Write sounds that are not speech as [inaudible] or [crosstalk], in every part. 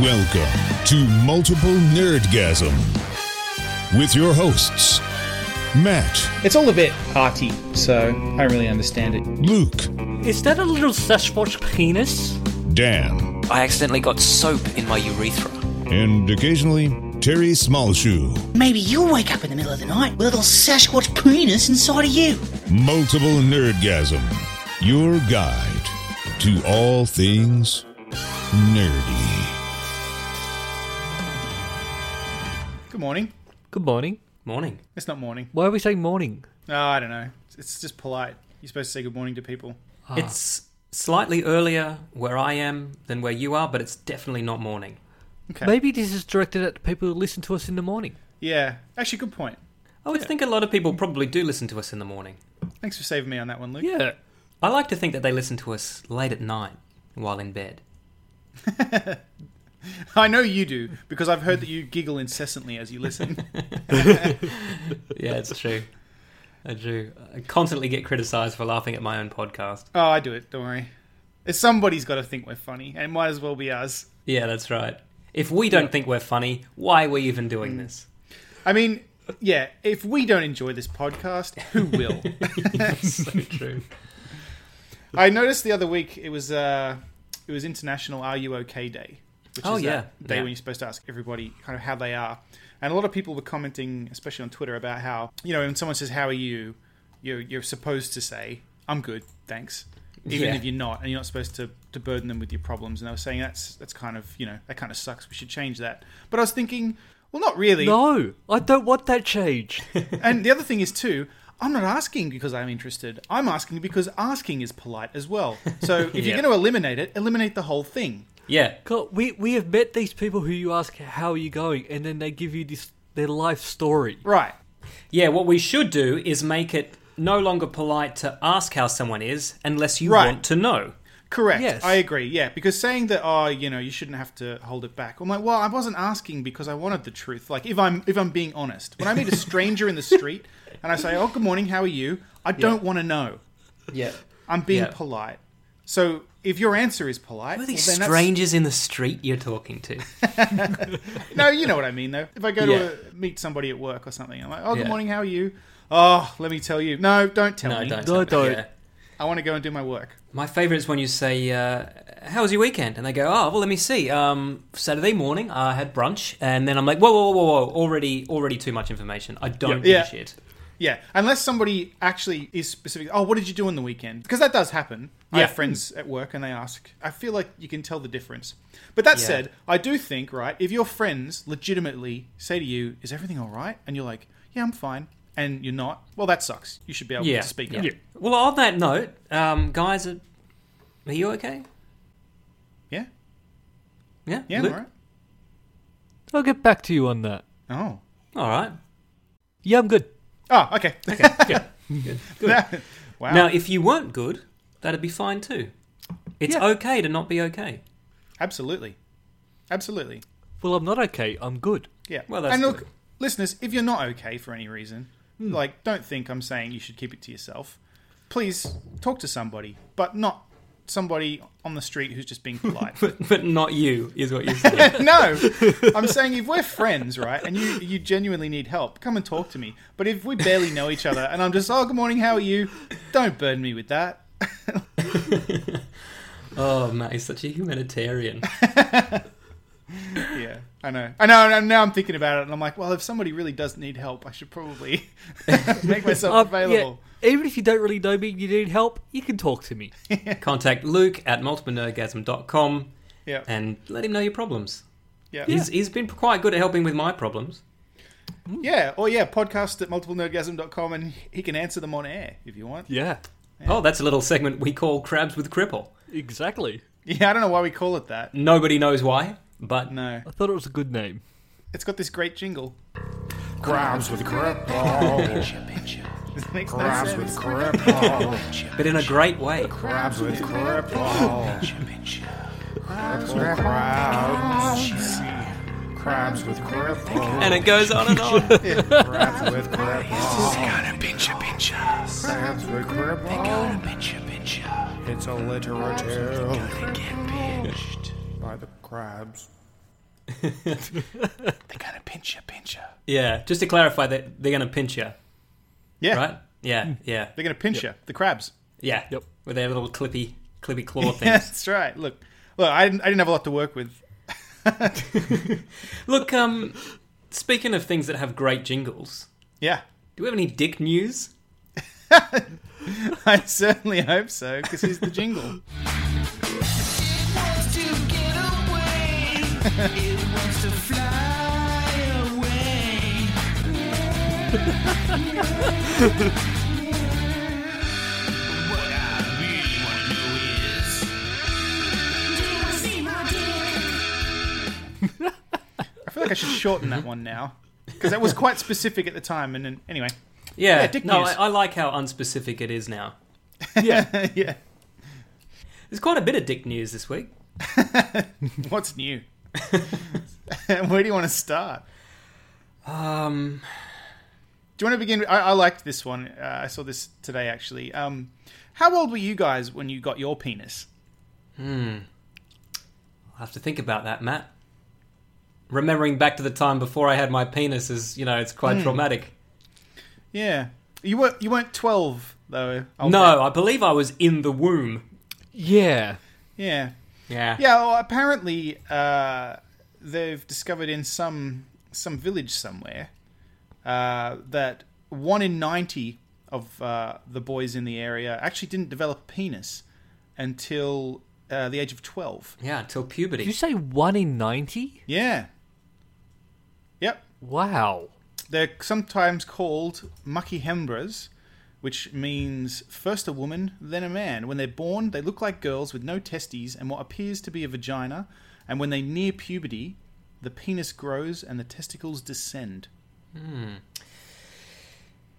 Welcome to Multiple Nerdgasm with your hosts, Matt, It's all a bit arty, so I don't really understand it. Luke, Is that a little Sasquatch penis? Dan, I accidentally got soap in my urethra. and occasionally Terry Smallshoe. Maybe you'll wake up in the middle of the night with a little Sasquatch penis inside of you. Multiple Nerdgasm, your guide to all things nerdy. Good morning. Good morning. Morning. It's not morning. Why are we saying morning? Oh, I don't know. It's just polite. You're supposed to say good morning to people. It's slightly earlier where I am than where you are, but it's definitely not morning. Okay. Maybe this is directed at the people who listen to us in the morning. Yeah. Actually, good point. I would think a lot of people probably do listen to us in the morning. Thanks for saving me on that one, Luke. Yeah. I like to think that they listen to us late at night while in bed. I know you do because I've heard that you giggle incessantly as you listen. Yeah, it's true. I do. I constantly get criticized for laughing at my own podcast. oh, I do it. Don't worry. If somebody's got to think we're funny, and it might as well be us. Yeah, that's right. If we don't think we're funny, why are we even doing this? I mean, yeah. If we don't enjoy this podcast, who will? [laughs] So true. I noticed the other week it was uh, it was International Are You Okay Day, which Oh, is yeah. that day Yeah. when you're supposed to ask everybody kind of how they are, and a lot of people were commenting, especially on Twitter, about how you know when someone says "How are you," you're you're supposed to say "I'm good, thanks," even Yeah. if you're not, and you're not supposed to to burden them with your problems. And they were saying that's that's kind of you know that kind of sucks. We should change that. But I was thinking, well, not really. No, I don't want that change. [laughs] And the other thing is too, I'm not asking because I'm interested. I'm asking because asking is polite as well. [laughs] So if you're Yeah. going to eliminate it, eliminate the whole thing. Yeah. God, we, we have met these people who you ask, how are you going? And then they give you this their life story. Right. Yeah, what we should do is make it no longer polite to ask how someone is unless you Right. want to know. Correct. Yes. I agree. Yeah, because saying that oh, you know, you shouldn't have to hold it back. I'm like, well, I wasn't asking because I wanted the truth. Like if I'm if I'm being honest, when I meet a stranger in the [laughs] street and I say, "Oh, good morning, how are you?" I don't want to know. Yeah. I'm being Yeah. polite. So if your answer is polite, Who are well, these then that's- strangers in the street you're talking [laughs] to? No, you know what I mean, though. If I go Yeah. to a, meet somebody at work or something, I'm like, "Oh, good Yeah. morning. How are you?" Oh, let me tell you. No, don't tell me. No, tell me. don't. I want to go and do my work. My favourite is when you say, uh, "How was your weekend?" and they go, "Oh, well, let me see. Um, Saturday morning, I had brunch," and then I'm like, "Whoa, whoa, whoa, whoa! Already, already too much information. I don't give Yeah. a shit." Yeah, unless somebody actually is specific. Oh, what did you do on the weekend? Because that does happen. I have Yeah. friends at work and they ask. I feel like you can tell the difference. But that Yeah. said, I do think right if your friends legitimately say to you, "Is everything all right?" and you're like, "Yeah, I'm fine," and you're not, well, that sucks. You should be able Yeah. to speak yeah. up. Well, on that note, um, guys, are, are you okay? Yeah, Yeah. yeah, I'm Luke? all right. I'll get back to you on that. Oh, All right. Yeah, I'm good. oh, [laughs] okay. [laughs] wow. Now, if you weren't good, that'd be fine too. It's Yeah. okay to not be okay. [laughs] [laughs] Absolutely. Absolutely. Well, I'm not okay. I'm good. Yeah. Well, that's and look, good. Hmm. listeners, if you're not okay for any reason, like, don't think I'm saying you should keep it to yourself. Please talk to somebody, but not somebody on the street who's just being [laughs] polite. But not you is what you're saying. [laughs] no, I'm saying if we're friends, right, and you you genuinely need help, come and talk to me. But if we barely know each other, and I'm just, oh, good morning, how are you? Don't burden me with that. [laughs] oh, Matt, he's such a [laughs] humanitarian. Yeah, I know. I know. and Now I'm thinking about it, and I'm like, well, if somebody really does need help, I should probably [laughs] make myself Um, yeah, available. even if you don't really know me and you need help, you can talk to me. Contact Luke at multiplenergasm.com Yeah, yeah. and let him know your problems. yeah. He's, he's been quite good at helping with my problems. Yeah, or yeah, podcast at multiplenerdgasm.com and he can answer them on air if you want. Yeah, Oh, that's a little segment we call Crabs with Cripple. exactly. Yeah, I don't know why we call it that. Nobody knows why, but No. I thought it was a good name. It's got this great jingle. [laughs] Crabs with cripple. It makes no Crabs sense. with cripple. but in a great way. Crabs with cripple. Cripple crabs. Crabs with cripple. [laughs] And it goes on and on. Crabs with cripple. Crabs with cripple. It's alliterative. By the crabs. They're gonna pinch you, pinch you. [laughs] Yeah, just to clarify that they're going to pinch you, Yeah, [laughs] right? Yeah, yeah, They're gonna pinch you. The crabs. [laughs] yeah. Yep. With their little clippy, clippy [laughs] claw Yeah, things. that's right. Look, look, I didn't, I didn't have a lot to work with. Look, um, speaking of things that have great jingles, Yeah, do we have any dick news? [laughs] I certainly hope so because here's the [laughs] jingle. wants to get away. It wants to fly away. what I really want to know is Do you want to see my dick? I feel like I should shorten that one now because that was quite specific at the time. And then, anyway, Yeah, Yeah, dick no, news. I, I like how unspecific it is now. [laughs] yeah, There's quite a bit of dick news this week. [laughs] what's new? Where do you want to start? Um, Do you want to begin? I, I liked this one. Uh, I saw this today actually. Um, how old were you guys when you got your penis? I'll have to think about that, Matt. Remembering back to the time before I had my penis is, you know, it's quite traumatic. Yeah, you were you weren't twelve though. old No, man. I believe I was in the womb. Yeah. Yeah, Yeah. yeah. Well, apparently, uh, they've discovered in some some village somewhere uh, that one in ninety of uh, the boys in the area actually didn't develop a penis until uh, the age of twelve. Yeah, until Did you puberty. say one in ninety? Yeah. Yep. Wow. They're sometimes called mucky hembras, which means first a woman, then a man. When they're born, they look like girls with no testes and what appears to be a vagina. And when they near puberty, the penis grows and the testicles descend.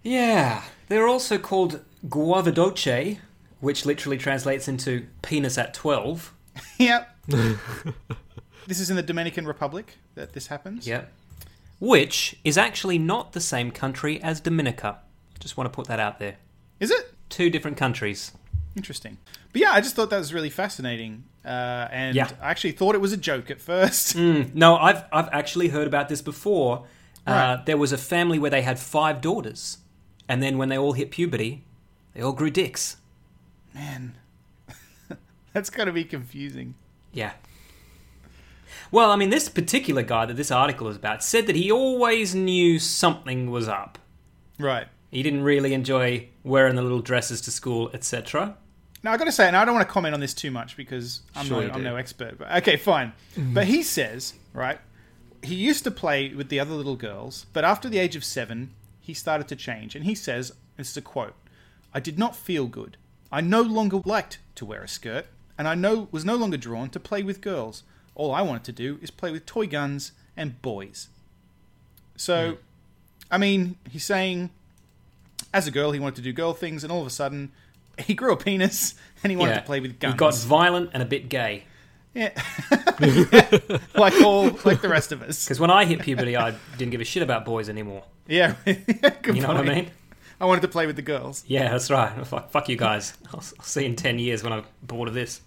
Yeah. They're also called guavadoce, which literally translates into penis at 12. Yep. this is in the Dominican Republic that this happens. Yep. Which is actually not the same country as Dominica. Just want to put that out there. Is it? Two different countries. Interesting. But yeah, I just thought that was really fascinating. Uh, and Yeah. Mm. I actually thought it was a joke at first. No, I've I've actually heard about this before. Uh, Right. there was a family where they had five daughters, and then when they all hit puberty, they all grew dicks. Man, [laughs] that's got to be confusing. Yeah. Well, I mean, this particular guy that this article is about said that he always knew something was up. Right. He didn't really enjoy wearing the little dresses to school, etc. Now I got to say, and I don't want to comment on this too much because I'm, Sure no, you I'm do. Mm-hmm. no expert. But okay, fine. But he says, right, he used to play with the other little girls, but after the age of seven, he started to change. And he says, this is a quote: "I did not feel good. I no longer liked to wear a skirt, and I no was no longer drawn to play with girls. All I wanted to do is play with toy guns and boys." So, Hmm. I mean, he's saying as a girl, he wanted to do girl things, and all of a sudden, he grew a penis and he wanted yeah. to play with guns. He got violent and a bit gay. yeah. [laughs] like all, like the rest of us. Because when I hit puberty, I didn't give a shit about boys anymore. Yeah, [laughs] Good You know what I point. mean? I wanted to play with the girls. Yeah, that's right. Fuck, fuck you guys. I'll, I'll see you in 10 years when I'm bored of this.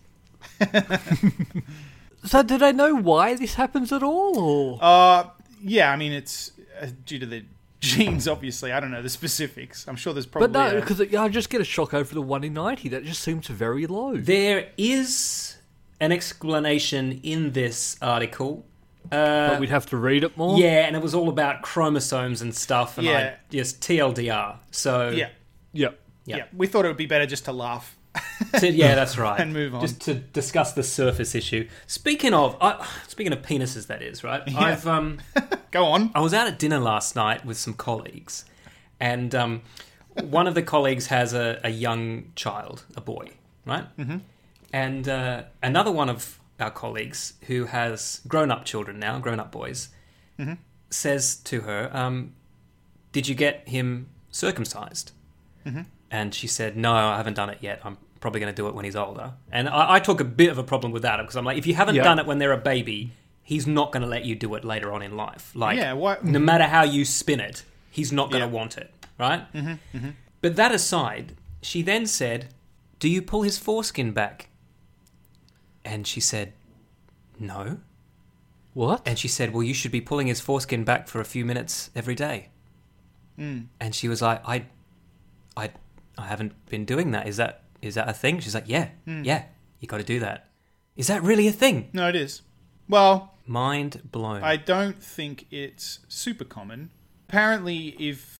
So do they know why this happens at all? Or Uh, yeah, I mean it's uh, due to the [laughs] genes, obviously. I don't know the specifics. I'm sure there's probably. but no, a- because yeah, I just get a shock over the one in ninety. That just seems very low. There is an explanation in this article. but we'd have to read it more. Yeah, and it was all about chromosomes and stuff, and Yeah. I just TLDR. So yeah, Yep. yeah, Yeah. We thought it would be better just to laugh. [laughs] to- yeah, that's right. And move on. Just to discuss the surface issue. Speaking of, I, speaking of penises, that is right. I've um, Go on. I was out at dinner last night with some colleagues, and um, one of the colleagues has a, a young child, a boy, right? Mm-hmm. And uh, another one of our colleagues who has grown up children now, grown up boys, says to her, um, Did you get him circumcised? And she said, No, I haven't done it yet. I'm probably going to do it when he's older. And I, I took a bit of a problem with that because I'm like, If you haven't Yeah. done it when they're a baby, he's not going to let you do it later on in life. Like, Yeah, why- mm-hmm. no matter how you spin it, he's not going to Yeah. want it, right? Mm-hmm, But that aside, she then said, Do you pull his foreskin back? And she said, No. What? And she said, Well, you should be pulling his foreskin back for a few minutes every day. Mm. And she was like, I, I, I haven't been doing that. Is that is that a thing? She's like, Yeah, Mm. yeah, you got to do that. Is that really a thing? No, it is. Well, Mind blown. I don't think it's super common. Apparently, if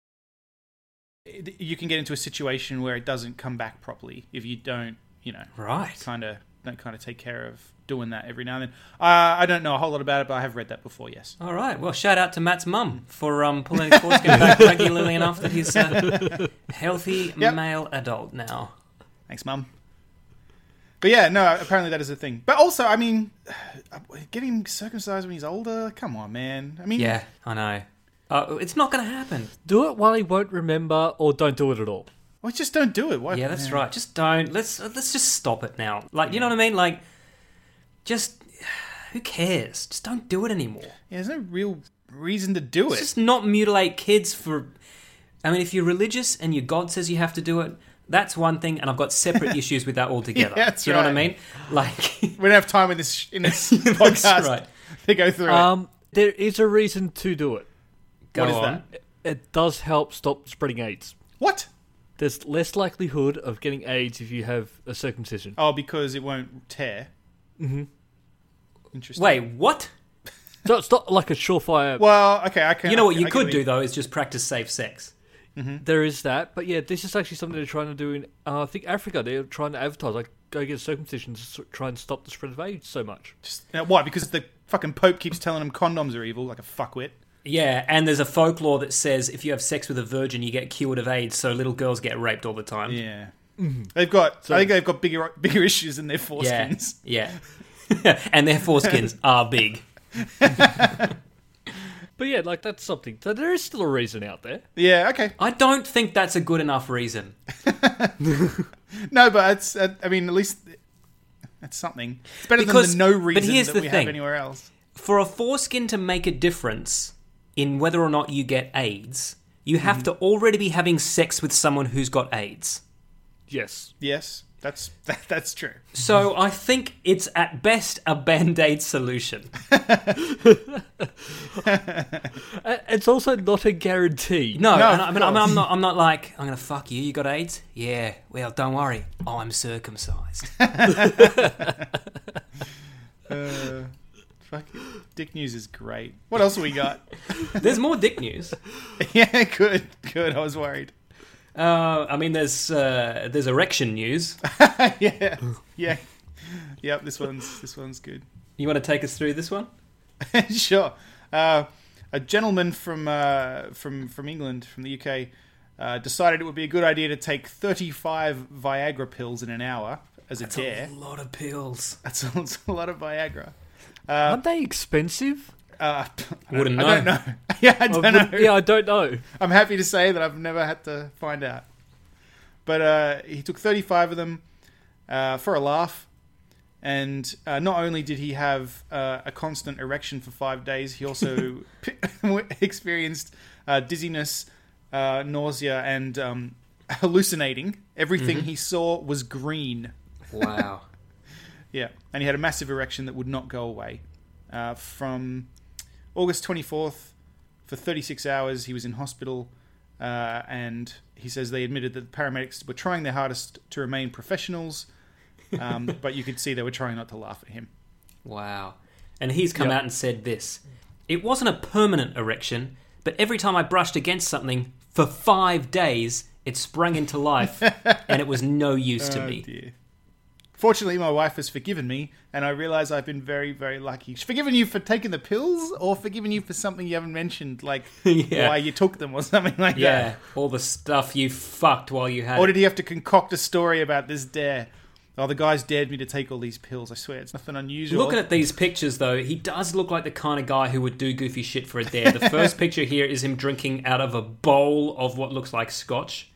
you can get into a situation where it doesn't come back properly, if you don't, you know, right. kind of don't kind of take care of doing that every now and then. Uh, I don't know a whole lot about it, but I have read that before. Yes. All right. Well, shout out to Matt's mum for um, pulling his foreskin back regularly enough that he's [laughs] a healthy Yep. male adult now. Thanks, mum. But yeah, no. Apparently, that is a thing. But also, I mean, getting circumcised when he's older. Come on, man. I mean, Yeah, I know. Uh, it's not going to happen. do it while he won't remember, or don't do it at all. well, just don't do it. Why? Yeah, that's right. Just don't. Let's uh, let's just stop it now. Like, you know what I mean? Like, just [sighs] who cares? Just don't do it anymore. Yeah, there's no real reason to do it. Just not mutilate kids for. I mean, if you're religious and your God says you have to do it, that's one thing. And I've [laughs] got separate issues with that altogether. Yeah, that's you know what I right. mean? Like, [laughs] We don't have time in this in this [laughs] podcast right. to go through it. Um, there is a reason to do it. go is on. It does help stop spreading AIDS. What? There's less likelihood of getting AIDS if you have a circumcision. Oh, because it won't tear. Mm-hmm. Interesting. Wait, what? So it's not like a surefire. Well, okay. I can. You know what I- you I could get do though is just practice safe sex. there is that, but yeah, this is actually something they're trying to do in uh, I think Africa. They're trying to advertise like go get circumcision to s- try and stop the spread of AIDS so much. Just, now, why? Because the fucking Pope keeps telling him condoms are evil, like a fuckwit. Yeah, and there's a folklore that says if you have sex with a virgin, you get cured of AIDS, so little girls get raped all the time. Yeah. Mm-hmm. They've got. I think they've got bigger bigger issues than their foreskins. Yeah. [laughs] yeah. and their foreskins are big. But yeah, like that's something. So there is still a reason out there. Yeah. Okay. I don't think that's a good enough reason. No, but it's. uh, I mean, at least that's something. It's better Because- than the no but reason here's that the we thing. have anywhere else. For a foreskin to make a difference in whether or not you get AIDS, you have Mm-hmm. to already be having sex with someone who's got AIDS. Yes. Yes, that's [laughs] that, that's true. So Mm-hmm. I think it's at best a band aid solution. A- It's also not a guarantee. No, No, and I, of I mean, I'm, I'm not. I'm not like I'm gonna fuck you. You got AIDS? Yeah. Well, don't worry. I'm [laughs] circumcised. Uh, fuck it. Dick news is great. What else have we [laughs] got? [laughs] there's more dick news. yeah, good, good. I was worried. Uh, I mean, there's uh, there's erection news. yeah, yeah, yep. This one's this one's good. [laughs] You want to take us through this one? sure. Uh, a gentleman from uh, from from England, from the UK, uh, decided it would be a good idea to take 35 Viagra pills in an hour as a dare. A lot of pills. That's, a, that's a lot of Viagra. [laughs] Aren't they expensive? Uh, Wouldn't know. I don't know. yeah, I don't know. Yeah, I don't know. I'm happy to say that I've never had to find out. But uh, he took 35 of them uh, for a laugh. And uh, not only did he have uh, a constant erection for five days, he also [laughs] experienced uh, dizziness, uh, nausea, and um, [laughs] hallucinating. Everything he saw was green. [laughs] Wow. Yeah, and he had a massive erection that would not go away. Uh, from August 24th, for 36 hours, he was in hospital, uh, and he says they admitted that the paramedics were trying their hardest to remain professionals, um, [laughs] but you could see they were trying not to laugh at him. Wow. And he's come out and said this. It wasn't a permanent erection, but every time I brushed against something for five days, it sprang [laughs] into life, and it was no use to me. Oh, Dear. Fortunately, my wife has forgiven me, and I realize I've been very, very lucky. She's forgiven you for taking the pills, or forgiven you for something you haven't mentioned, like [laughs] Yeah. why you took them or something like Yeah. that. all the stuff you fucked while you had. Or it. did he have to concoct a story about this dare? Oh, the guys dared me to take all these pills. I swear, it's nothing unusual. Looking at these pictures, though, he does look like the kind of guy who would do goofy shit for a dare. The first picture here is him drinking out of a bowl of what looks like scotch,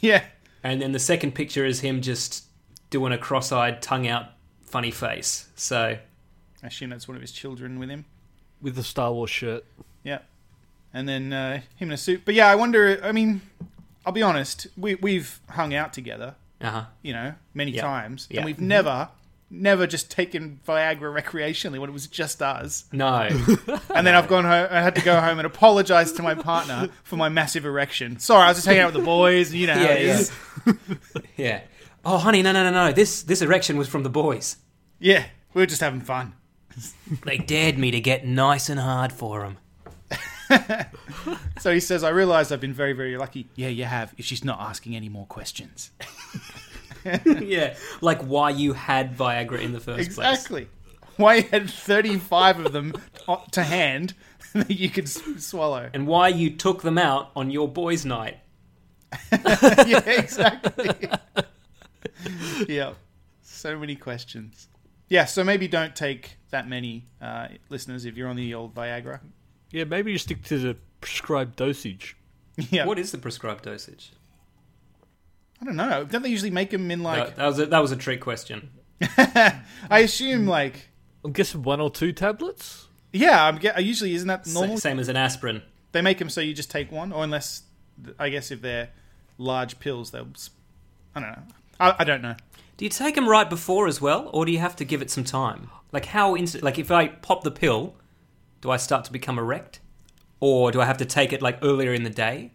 yeah, and then the second picture is him just doing a cross-eyed, tongue-out, funny face. So I assume that's one of his children with him. With the Star Wars shirt. Yeah, and then uh, him in a suit. But yeah, I wonder. I mean, I'll be honest. We we've hung out together, Uh huh. you know, many Yeah. times, Yeah. Mm-hmm. and we've never never just taken Viagra recreationally when it was just us. [laughs] No. And then I've gone home. I had to go home and apologize to my partner for my massive erection. Sorry, I was just hanging out with the boys. You know, how yeah, it yeah. is. [laughs] yeah. Oh, honey, no, no, no, no. This this erection was from the boys. yeah. We were just having fun. They dared me to get nice and hard for them. So he says, "I realize I've been very, very lucky." Yeah, you have. If she's not asking any more questions, yeah, like why you had Viagra in the first place. exactly. Why you had thirty-five of them [laughs] o- to hand [laughs] that you could s- swallow? [laughs] And why you took them out on your boys' night. yeah, exactly. [laughs] yeah, so many questions. Yeah, so maybe don't take that many uh, listeners if you're on the old Viagra. [laughs] Yeah, maybe you stick to the prescribed dosage. Yeah, What is the prescribed dosage? I don't know. Don't they usually make them in like? that, that was a, that was a trick question. I assume like. I'm guessing one or two tablets. Yeah, I'm. Get, usually isn't that Sa- normal? same as an aspirin. They make them so you just take one, or unless I guess if they're large pills, they'll. s- I don't know. I, I don't know. Do you take them right before as well, or do you have to give it some time? Like how instant? Like if I pop the pill, do I start to become erect, or do I have to take it like earlier in the day?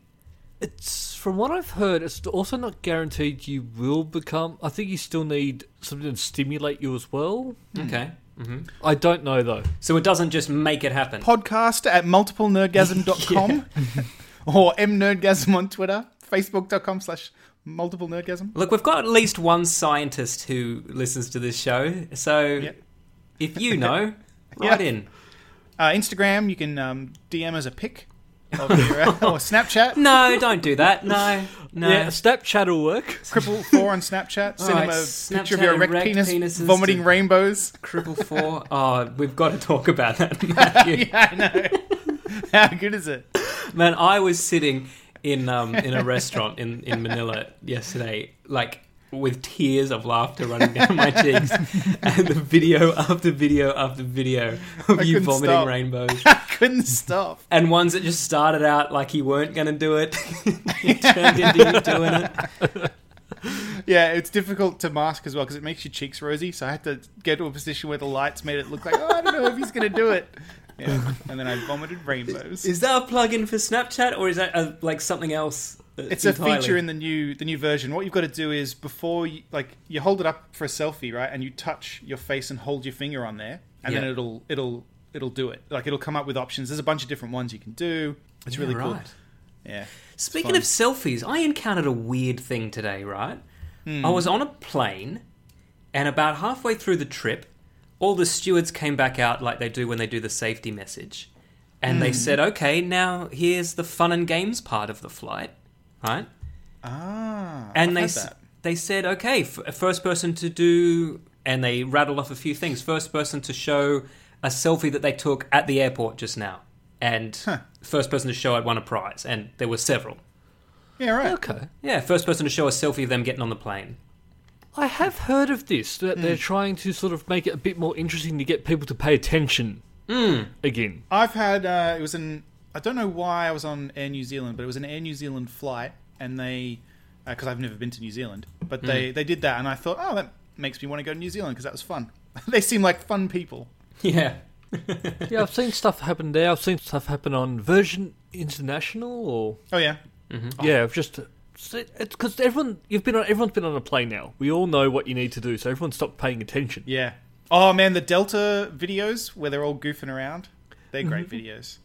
It's from what I've heard. It's also not guaranteed you will become. I think you still need something to stimulate you as well. Hmm. Okay, Mm. I don't know though. so it doesn't just make it happen. Podcast at multiplenerdgasm.com or mnerdgasm on Twitter, facebook.com slash multiple nerdgasm. Look, we've got at least one scientist who listens to this show, so if [laughs] you know, write Yeah. in. Uh, Instagram, you can um, DM as a pic of your, uh, or Snapchat. No, don't do that. [laughs] No, no. Yeah, Snapchat will work. Cripple four on Snapchat. Send him a right, picture of Snapchat your erect erect penis penises vomiting to- rainbows. [laughs] Cripple four. Oh, we've got to talk about that, Matthew. I know. How good is it? Man, I was sitting in um, in a restaurant in, in Manila yesterday, like with tears of laughter running down [laughs] my cheeks, and the video after video after video of you couldn't vomiting stop. rainbows, I couldn't stop. and ones that just started out like you weren't going to do it, [laughs] [laughs] it turned into you doing it. Yeah, it's difficult to mask as well because it makes your cheeks rosy. So I had to get to a position where the lights made it look like, oh, I don't know if he's going to do it. [laughs] Yeah. And then I vomited rainbows. Is that a plug-in for Snapchat, or is that uh like something else? It's a feature in the new the new version. What you've got to do is before you like you hold it up for a selfie, right? And you touch your face and hold your finger on there, and then Yeah. it'll it'll it'll do it. Like it'll come up with options. There's a bunch of different ones you can do. It's really cool. Yeah. Speaking of selfies, I encountered a weird thing today, right? I was on a plane, and about halfway through the trip, all the stewards came back out like they do when they do the safety message. And they said, okay, now here's the fun and games part of the flight, right? Ah. and they had s that. they said, okay, f- first person to do, and they rattled off a few things. First person to show a selfie that they took at the airport just now, and first person to show it won a prize, and there were several. Yeah. Right. Okay. Yeah, first person to show a selfie of them getting on the plane. I have heard of this that they're trying to sort of make it a bit more interesting to get people to pay attention Hmm. [laughs] again. I've had uh, it was an I don't know why I was on Air New Zealand, but it was an Air New Zealand flight, and they because I've never been to New Zealand, but they they did that, and I thought, oh, that makes me want to go to New Zealand because that was fun. [laughs] they seem like fun people. Yeah. Yeah, I've seen stuff happen there. I've seen stuff happen on Virgin International, or Oh yeah, yeah, I've just it's because everyone you've been on, everyone's been on a plane now. We all know what you need to do, so everyone stopped paying attention. yeah. Oh man, the Delta videos where they're all goofing around, they're great videos.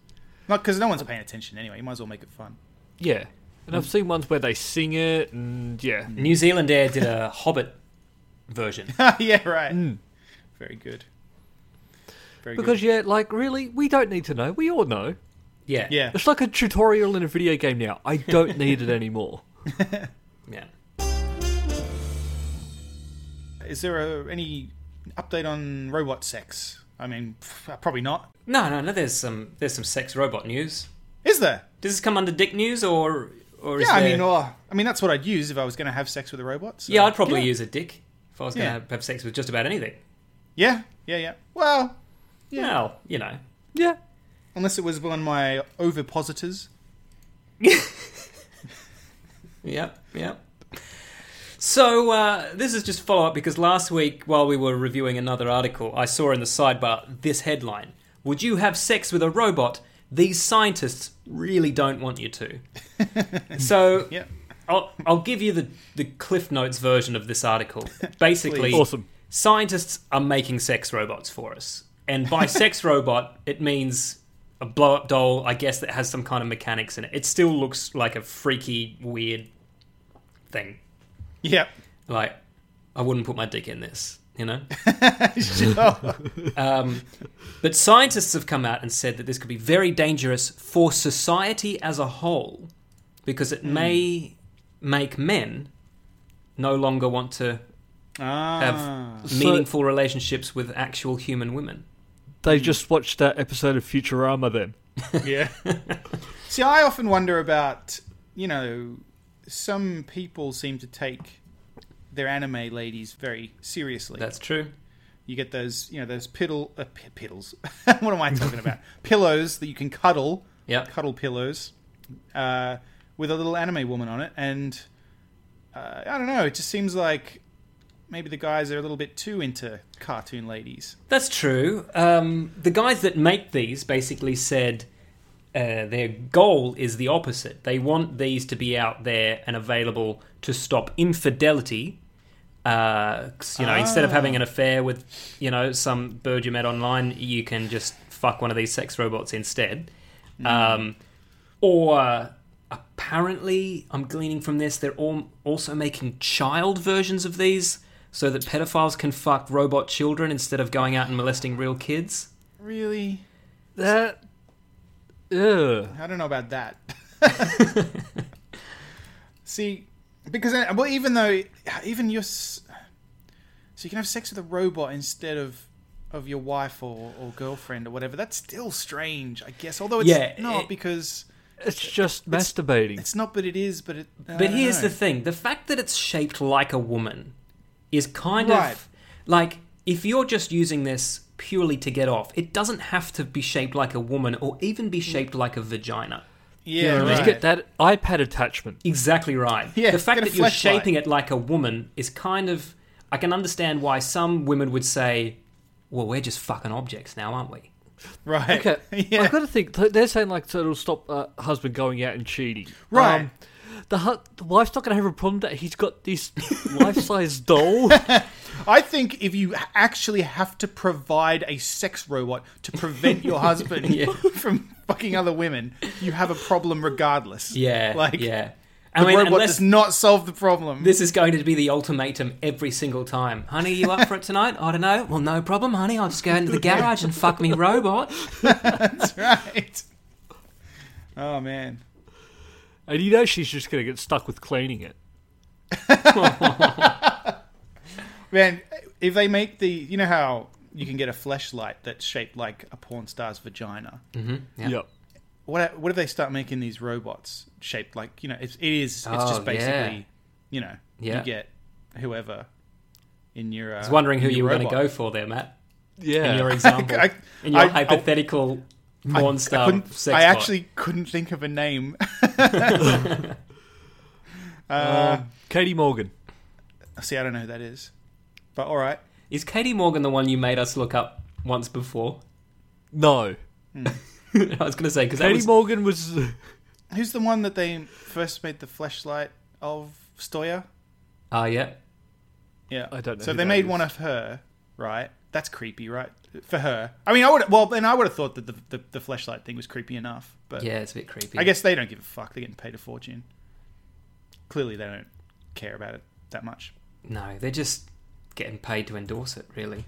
Not because no one's paying attention anyway. You might as well make it fun. [laughs] Yeah, and Hmm. I've seen ones where they sing it, and yeah, New Zealand Air did a [laughs] Hobbit version. [laughs] yeah, right. Very good. Very because good. yeah, like really, we don't need to know. We all know. Yeah. Yeah. It's like a tutorial in a video game now. I don't [laughs] need it anymore. Yeah. Is there a, any update on robot sex? I mean, pff, probably not. No, no, no, there's some there's some sex robot news. Is there? Does this come under dick news or or is Yeah, I there- mean, oh, I mean that's what I'd use if I was going to have sex with a robot. so- Yeah, I'd probably use a dick if I was going Yeah. to have, have sex with just about anything. yeah, yeah, yeah. Well, Well, you know. yeah. unless it was one of my ovipositors. Yep, yep. So uh, this is just follow up because last week, while we were reviewing another article, I saw in the sidebar this headline: "Would you have sex with a robot? These scientists really don't want you to." so Yep. I'll, I'll give you the the Cliff Notes version of this article. Basically, Awesome. Scientists are making sex robots for us, and by sex robot, it means a blow up doll, I guess, that has some kind of mechanics in it. It still looks like a freaky, weird thing [laughs] Yep. like I wouldn't put my dick in this, you know. Oh, um, but scientists have come out and said that this could be very dangerous for society as a whole because it may make men no longer want to have meaningful relationships with actual human women. They just watched that episode of Futurama then. Yeah. See, I often wonder about, you know, some people seem to take their anime ladies very seriously. That's true. you get those, you know, those piddle uh, pi piddles. [laughs] what am I talking about? pillows that you can cuddle. Yep. Cuddle pillows uh, with a little anime woman on it, and uh, I don't know. It just seems like maybe the guys are a little bit too into cartoon ladies. That's true. Um, the guys that make these basically said uh, their goal is the opposite. They want these to be out there and available to stop infidelity. Uh, 'cause, you know, instead of having an affair with you know some bird you met online, you can just fuck one of these sex robots instead. Um, or apparently, I'm gleaning from this, they're all also making child versions of these so that pedophiles can fuck robot children instead of going out and molesting real kids. Really, That. Ugh. I don't know about that. [laughs] See, because I- well, even though even your s- so you can have sex with a robot instead of of your wife or, or girlfriend or whatever. That's still strange, I guess. Although it's Yeah, not it- because It's just masturbating. it's not, but it is. But it. I But don't here's know. the thing the fact that it's shaped like a woman is kind Right. of like if you're just using this purely to get off, it doesn't have to be shaped like a woman or even Mm. be shaped like a vagina. Yeah, Just right. get that iPad attachment. Exactly right. Yeah, the fact get a that you're fleshlight. shaping it like a woman is kind of. I can understand why some women would say, well, we're just fucking objects now, aren't we? right. Okay, [laughs] [laughs] yeah. I've got to think. th- They're saying like so it'll stop uh, husband going out and cheating. Right. Um, the, hu- the wife's not going to have a problem that he's got this life-size [laughs] doll. I think if you actually have to provide a sex robot to prevent your husband [laughs] from fucking other women, you have a problem regardless. Yeah. Like yeah. the I mean, robot unless does not solve the problem. this is going to be the ultimatum every single time. Honey, you up for it tonight? I don't know. Well, no problem, honey. I'll just [laughs] go into the garage and fuck me robot. That's [laughs] right. Oh man. and you know she's just going to get stuck with cleaning it. Man, if they make the you know how you can get a fleshlight that's shaped like a porn star's vagina. Yep. What what if they start making these robots shaped like, you know, it's, it is it's Oh, just basically, yeah. you know, Yeah. you get whoever in your uh, I was wondering who in you your were going to robot. go for there, Matt. Yeah. In your example, [laughs] I- in your I- I- hypothetical porn I, star couldn't- um, sex I bot. actually couldn't think of a name. [laughs] Katie Morgan. See, I don't know who that is, but all right. is Katie Morgan the one you made us look up once before? [laughs] No. I was going to say because that Katie was Morgan was. Who's the one that they first made the fleshlight of? Stoya. Ah, yeah. Yeah, I don't know So who they that made is. one of her, right? That's creepy, right? For her. I mean, I would well, and I would have thought that the the, the fleshlight thing was creepy enough, but Yeah, it's a bit creepy. I guess they don't give a fuck. They're getting paid a fortune. Clearly, they don't care about it that much. no, they're just getting paid to endorse it, really.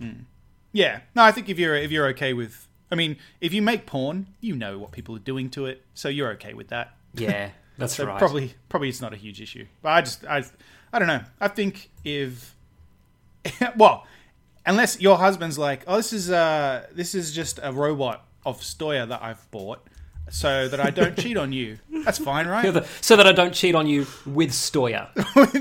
[laughs] Yeah. No, I think if you're if you're okay with, I mean, if you make porn, you know what people are doing to it, so you're okay with that. Yeah, that's So right. probably probably it's not a huge issue. But I just I I don't know. I think if [laughs] well, unless your husband's like, "Oh, this is uh this is just a robot of Stoya that I've bought so that I don't cheat on you." That's fine, right? So that I don't cheat on you [laughs] with Stoya.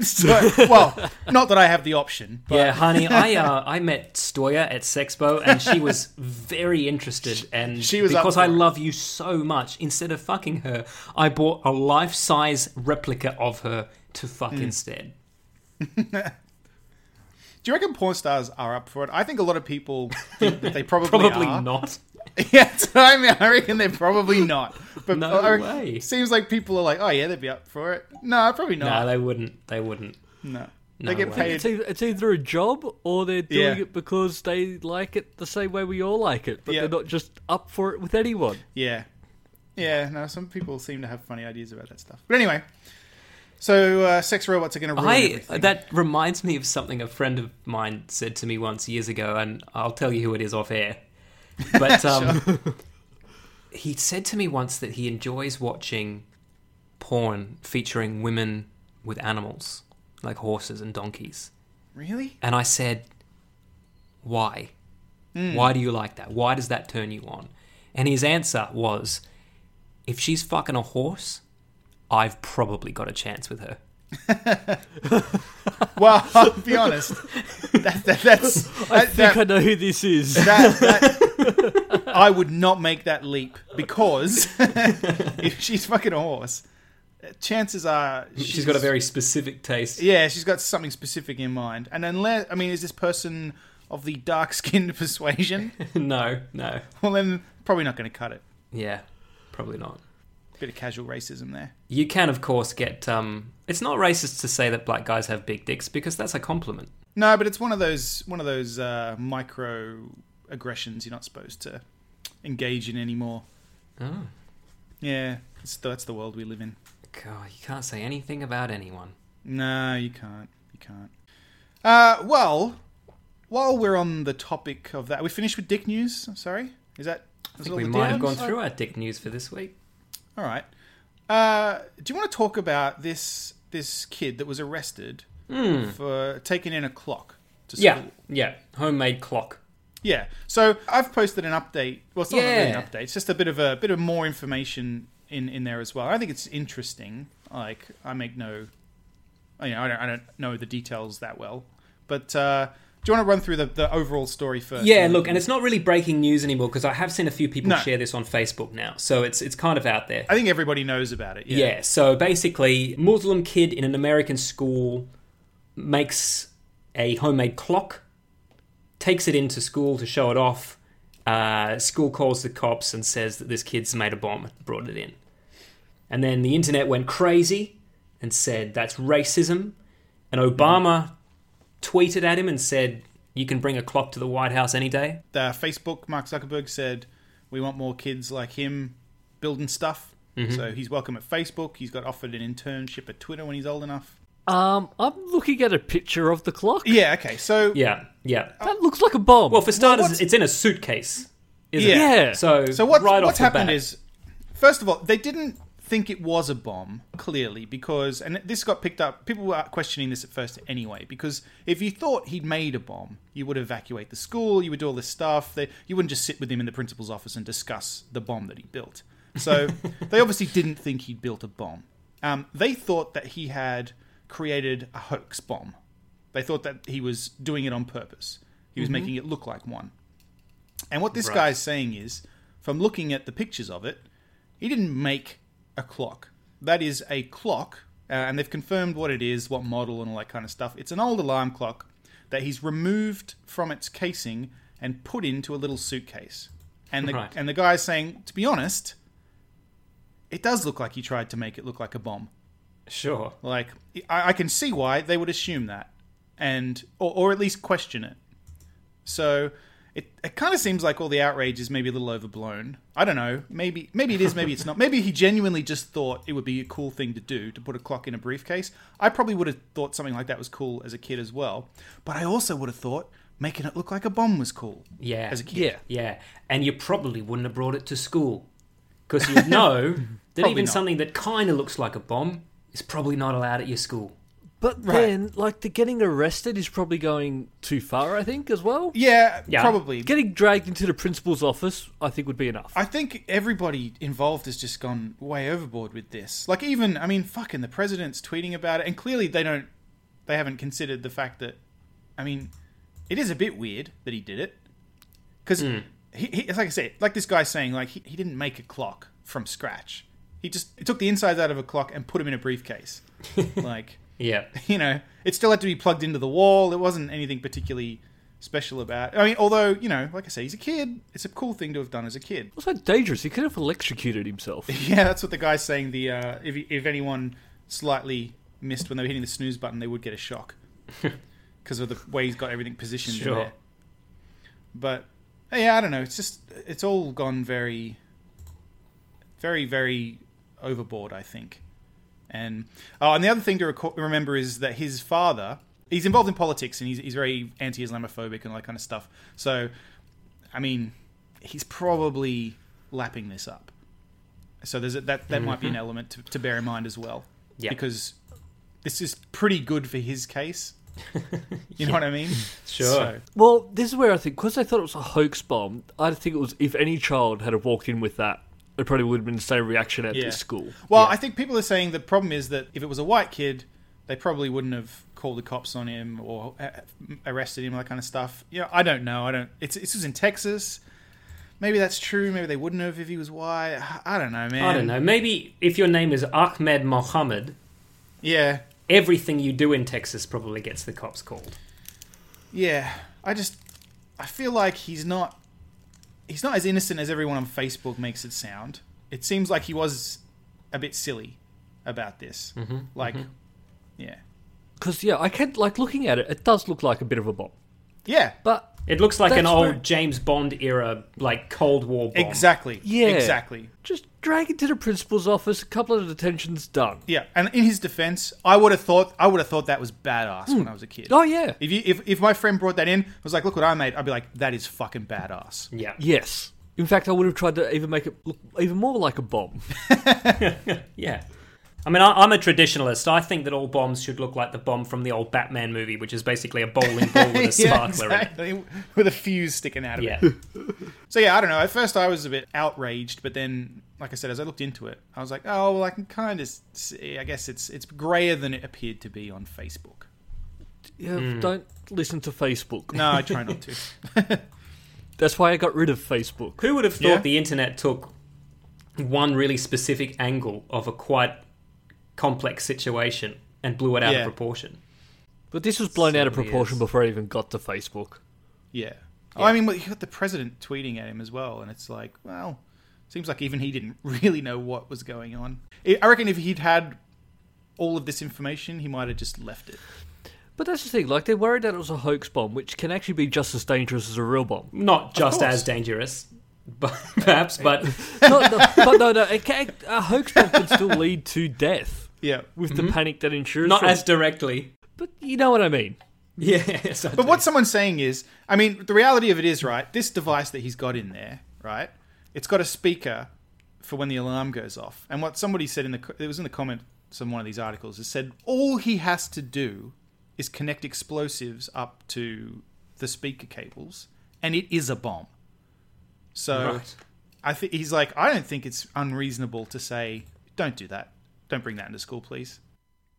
So- well, not that I have the option. But yeah, [laughs] honey, I uh, I met Stoya at Sexpo, and she was very interested. And She was up because for I it. love you so much. Instead of Hmm. fucking her, I bought a life size replica of her to fuck instead. Do you reckon porn stars are up for it? I think a lot of people think that they [laughs] probably, Probably are. not. Yeah, so I mean, I reckon they're probably not. But No I- way. Seems like people are like, oh yeah, they'd be up for it. No, probably No, not. they wouldn't. They wouldn't. no. No they get way. paid. It's either, it's either a job or they're doing Yeah. it because they like it the same way we all like it, but Yeah. they're not just up for it with anyone. Yeah. Yeah, no, some people seem to have funny ideas about that stuff. But anyway, so uh, sex robots are going to ruin I everything. that reminds me of something a friend of mine said to me once years ago, and I'll tell you who it is off air. [laughs] But um, he said to me once that he enjoys watching porn featuring women with animals, like horses and donkeys. Really? And I said, Why? Hmm. Why do you like that? Why does that turn you on? And his answer was, If she's fucking a horse, I've probably got a chance with her. Well, I'll be honest. That, that, that's. That, I think that, I know who this is. [laughs] that, that- I would not make that leap because [laughs] if she's fucking a horse, chances are She's got a very specific taste. Yeah, she's got something specific in mind. And unless, I mean, is this person of the dark skinned [laughs] persuasion? [laughs] no, no. well, then probably not going to cut it. Yeah, probably not. Bit of casual racism there. You can, of course, get. Um, it's not racist to say that black guys have big dicks because that's a compliment. No, but it's one of those one of those uh, micro aggressions you're not supposed to engage in anymore. Oh. Yeah, it's the, that's the world we live in. God, you can't say anything about anyone. No, you can't. You can't. Uh, well, while we're on the topic of that, we finished with dick news. I'm sorry. Is that? I is think all we the might dick have gone news? through our dick news for this week. All right. Uh, do you want to talk about this this kid that was arrested for taking in a clock to school? Hmm. Yeah, yeah. Homemade clock. Yeah. So I've posted an update. Well, it's not really Yeah. an update. It's just a bit of a bit of more information in in there as well. I think it's interesting. Like I make no, you know, I don't I don't know the details that well. But uh, do you want to run through the, the overall story first? Yeah, look, and it's not really breaking news anymore because I have seen a few people No. share this on Facebook now, so it's it's kind of out there. I think everybody knows about it. Yeah. Yeah. so basically, Muslim kid in an American school makes a homemade clock, takes it into school to show it off. Uh, school calls the cops and says that this kid's made a bomb and brought it in. And then the internet went crazy and said that's racism. And Obama tweeted at him and said, "You can bring a clock to the White House any day." The Facebook, Mark Zuckerberg said, "We want more kids like him building stuff." Mm-hmm. So he's welcome at Facebook. He's got offered an internship at Twitter when he's old enough. Um, I'm looking at a picture of the clock. Yeah. Okay. So Yeah, yeah. That looks like a bomb. Well, for starters, Uh, what's- it's in a suitcase. Isn't Yeah. It? Yeah. So, So what's, right off what's the happened bat- is, first of all, they didn't think it was a bomb clearly because, and this got picked up. People were questioning this at first anyway because if you thought he'd made a bomb, you would evacuate the school, you would do all this stuff. They, you wouldn't just sit with him in the principal's office and discuss the bomb that he built. [laughs] So they obviously didn't think he'd built a bomb. Um, they thought that he had created a hoax bomb. They thought that he was doing it on purpose. He Mm-hmm. was making it look like one. And what this guy's saying is, from looking at the pictures of it, he didn't make a clock. That is a clock, uh, and they've confirmed what it is, what model, and all that kind of stuff. It's an old alarm clock that he's removed from its casing and put into a little suitcase. And the, Right. and the guy's saying, to be honest, it does look like he tried to make it look like a bomb. Sure. Like, I, I can see why they would assume that, and or, or at least question it. So it, it kind of seems like all the outrage is maybe a little overblown. I don't know. Maybe maybe it is. Maybe it's not. Maybe he genuinely just thought it would be a cool thing to do to put a clock in a briefcase. I probably would have thought something like that was cool as a kid as well. But I also would have thought making it look like a bomb was cool. Yeah. as a kid. yeah. Yeah. And you probably wouldn't have brought it to school because you know that Probably even not. something that kind of looks like a bomb is probably not allowed at your school. But then, like, the getting arrested is probably going too far, I think, as well. Yeah, Yeah. probably. Getting dragged into the principal's office, I think, would be enough. I think everybody involved has just gone way overboard with this. Like even I mean, fucking the president's tweeting about it, and clearly they don't, they haven't considered the fact that, I mean, it is a bit weird that he did it, because he, he, it's like I said, like this guy saying like he, he didn't make a clock from scratch. He just took the insides out of a clock and put them in a briefcase. like Yeah. you know, it still had to be plugged into the wall. It wasn't anything particularly special about. I mean, although you know, like I say, he's a kid. It's a cool thing to have done as a kid. Also dangerous. He could have electrocuted himself. [laughs] Yeah, that's what the guy's saying. The uh, if if anyone slightly missed when they were hitting the snooze button, they would get a shock because of the way he's got everything positioned. in Sure. there. But yeah, I don't know. It's just it's all gone very, very, very overboard. I think. And oh, and the other thing to reco- remember is that his father, he's involved in politics and he's, he's very anti-Islamophobic and all that kind of stuff. So, I mean, he's probably lapping this up. So there's a, that that might be an element to, to bear in mind as well. Mm-hmm. Yeah. Because this is pretty good for his [laughs] case. You know what I mean? Sure. So, Well, this is where I think because they thought it was a hoax bomb. I think it was if any child had have walked in with that, it probably would have been the same reaction at Yeah. the school. well, I think people are saying the problem is that if it was a white kid, they probably wouldn't have called the cops on him or uh, arrested him, all that kind of stuff. Yeah, I don't know. I don't. It's this was in Texas. Maybe that's true. Maybe they wouldn't have if he was white. I don't know, man. I don't know. Maybe if your name is Ahmed Mohammed, Yeah, everything you do in Texas probably gets the cops called. Yeah, I just I feel like he's not he's not as innocent as everyone on Facebook makes it sound. It seems like he was a bit silly about this. Mm-hmm. Like, yeah, Because yeah, I can't like looking at it. It does look like a bit of a bomb, yeah, but It looks like an That's old right. James Bond era, like Cold War bomb. exactly, Yeah. exactly, just drag it to the principal's office. A couple of detentions done. yeah. And in his defense, I would have thought I would have thought that was badass Hmm. when I was a kid. Oh yeah, If you if, if my friend brought that in, I was like, look what I made. I'd be like, that is fucking [laughs] badass. Yeah. yes. In fact, I would have tried to even make it look even more like a bomb. [laughs] Yeah. I mean, I, I'm a traditionalist. I think that all bombs should look like the bomb from the old Batman movie, which is basically a bowling ball [laughs] with a sparkler in it. exactly. With a fuse sticking out of it. Yeah. So yeah, I don't know. At first, I was a bit outraged, but then, like I said, as I looked into it, I was like, oh well, I can kind of see. I guess it's it's grayer than it appeared to be on Facebook. Yeah, don't listen to Facebook. No, I try [laughs] not to. That's why I got rid of Facebook. Who would have thought Yeah. the internet took one really specific angle of a quite complex situation and blew it out Yeah. of proportion? But this was blown out of Certainly proportion is. before I even got to Facebook. Yeah. Oh, I mean, well, you got the president tweeting at him as well, and it's like, well, seems like even he didn't [laughs] really know what was going on. I I reckon if he'd had all of this information, he might have just left it. But that's the thing, like they're worried that it was a hoax bomb, which can actually be just as dangerous as a real bomb. Not just course. as dangerous, [laughs] but perhaps, but No, no, but no, no, it can, a hoax bomb can still lead to death Yeah. with the panic that ensures. [laughs] not from- as [laughs] directly. but you know what I mean. Yes. I But do. what someone's saying is, I mean, the reality of it is, right? This device that he's got in there, right? It's got a speaker for when the alarm goes off. And what somebody said in the co- it was in the comment some one of these articles it said all he has to do is connect explosives up to the speaker cables, and it is a bomb. So Right. I think he's like, I don't think it's unreasonable to say, don't do that. Don't bring that into school, please.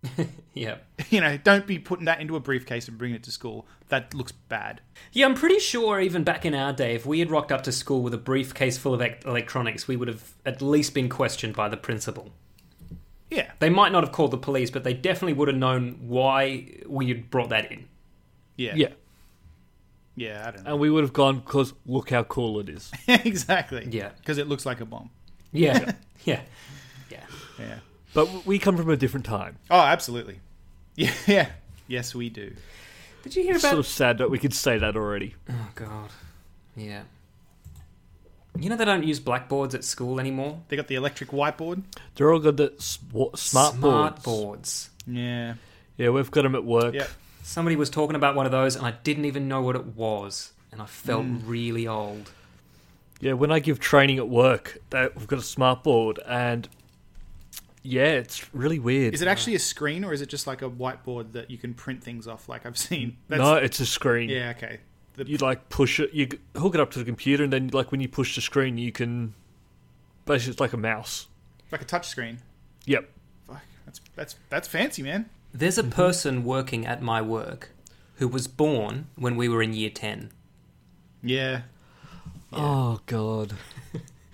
[laughs] Yeah. You know, don't be putting that into a briefcase and bringing it to school. That looks bad. Yeah, I'm pretty sure even back in our day, if we had rocked up to school with a briefcase full of ec- electronics, we would have at least been questioned by the principal. Yeah. They might not have called the police, but they definitely would have known why we had brought that in. Yeah. Yeah, Oh. Yeah, I don't know. and we would have gone because look how cool it is. [laughs] exactly. Yeah. Because it looks like a bomb. [laughs] Yeah. yeah. Yeah. But w- we come from a different time. Oh, absolutely. [laughs] Yeah. yeah. Yes, we do. Did you hear It's about sort of sad that we could say that already. Oh god. Yeah. You know they don't use blackboards at school anymore? They got the electric whiteboard. They're all got the sw- smart, boards. boards. Yeah. Yeah, we've got them at work. Yeah. Somebody was talking about one of those and I didn't even know what it was and I felt Mm. really old. Yeah, when I give training at work, that we've got a smart board, and yeah, it's really weird. Is it actually a screen or is it just like a whiteboard that you can print things off like I've [laughs] seen? That's, no, it's a screen. Yeah, okay. The, You like push it, you g- hook it up to the computer, and then like when you push the screen, you can basically it's like a mouse. like a touch screen. Yep. Fuck. That's, that's, that's fancy, man. There's Mm-hmm. a person working at my work who was born when we were in year 10. Yeah. Oh god.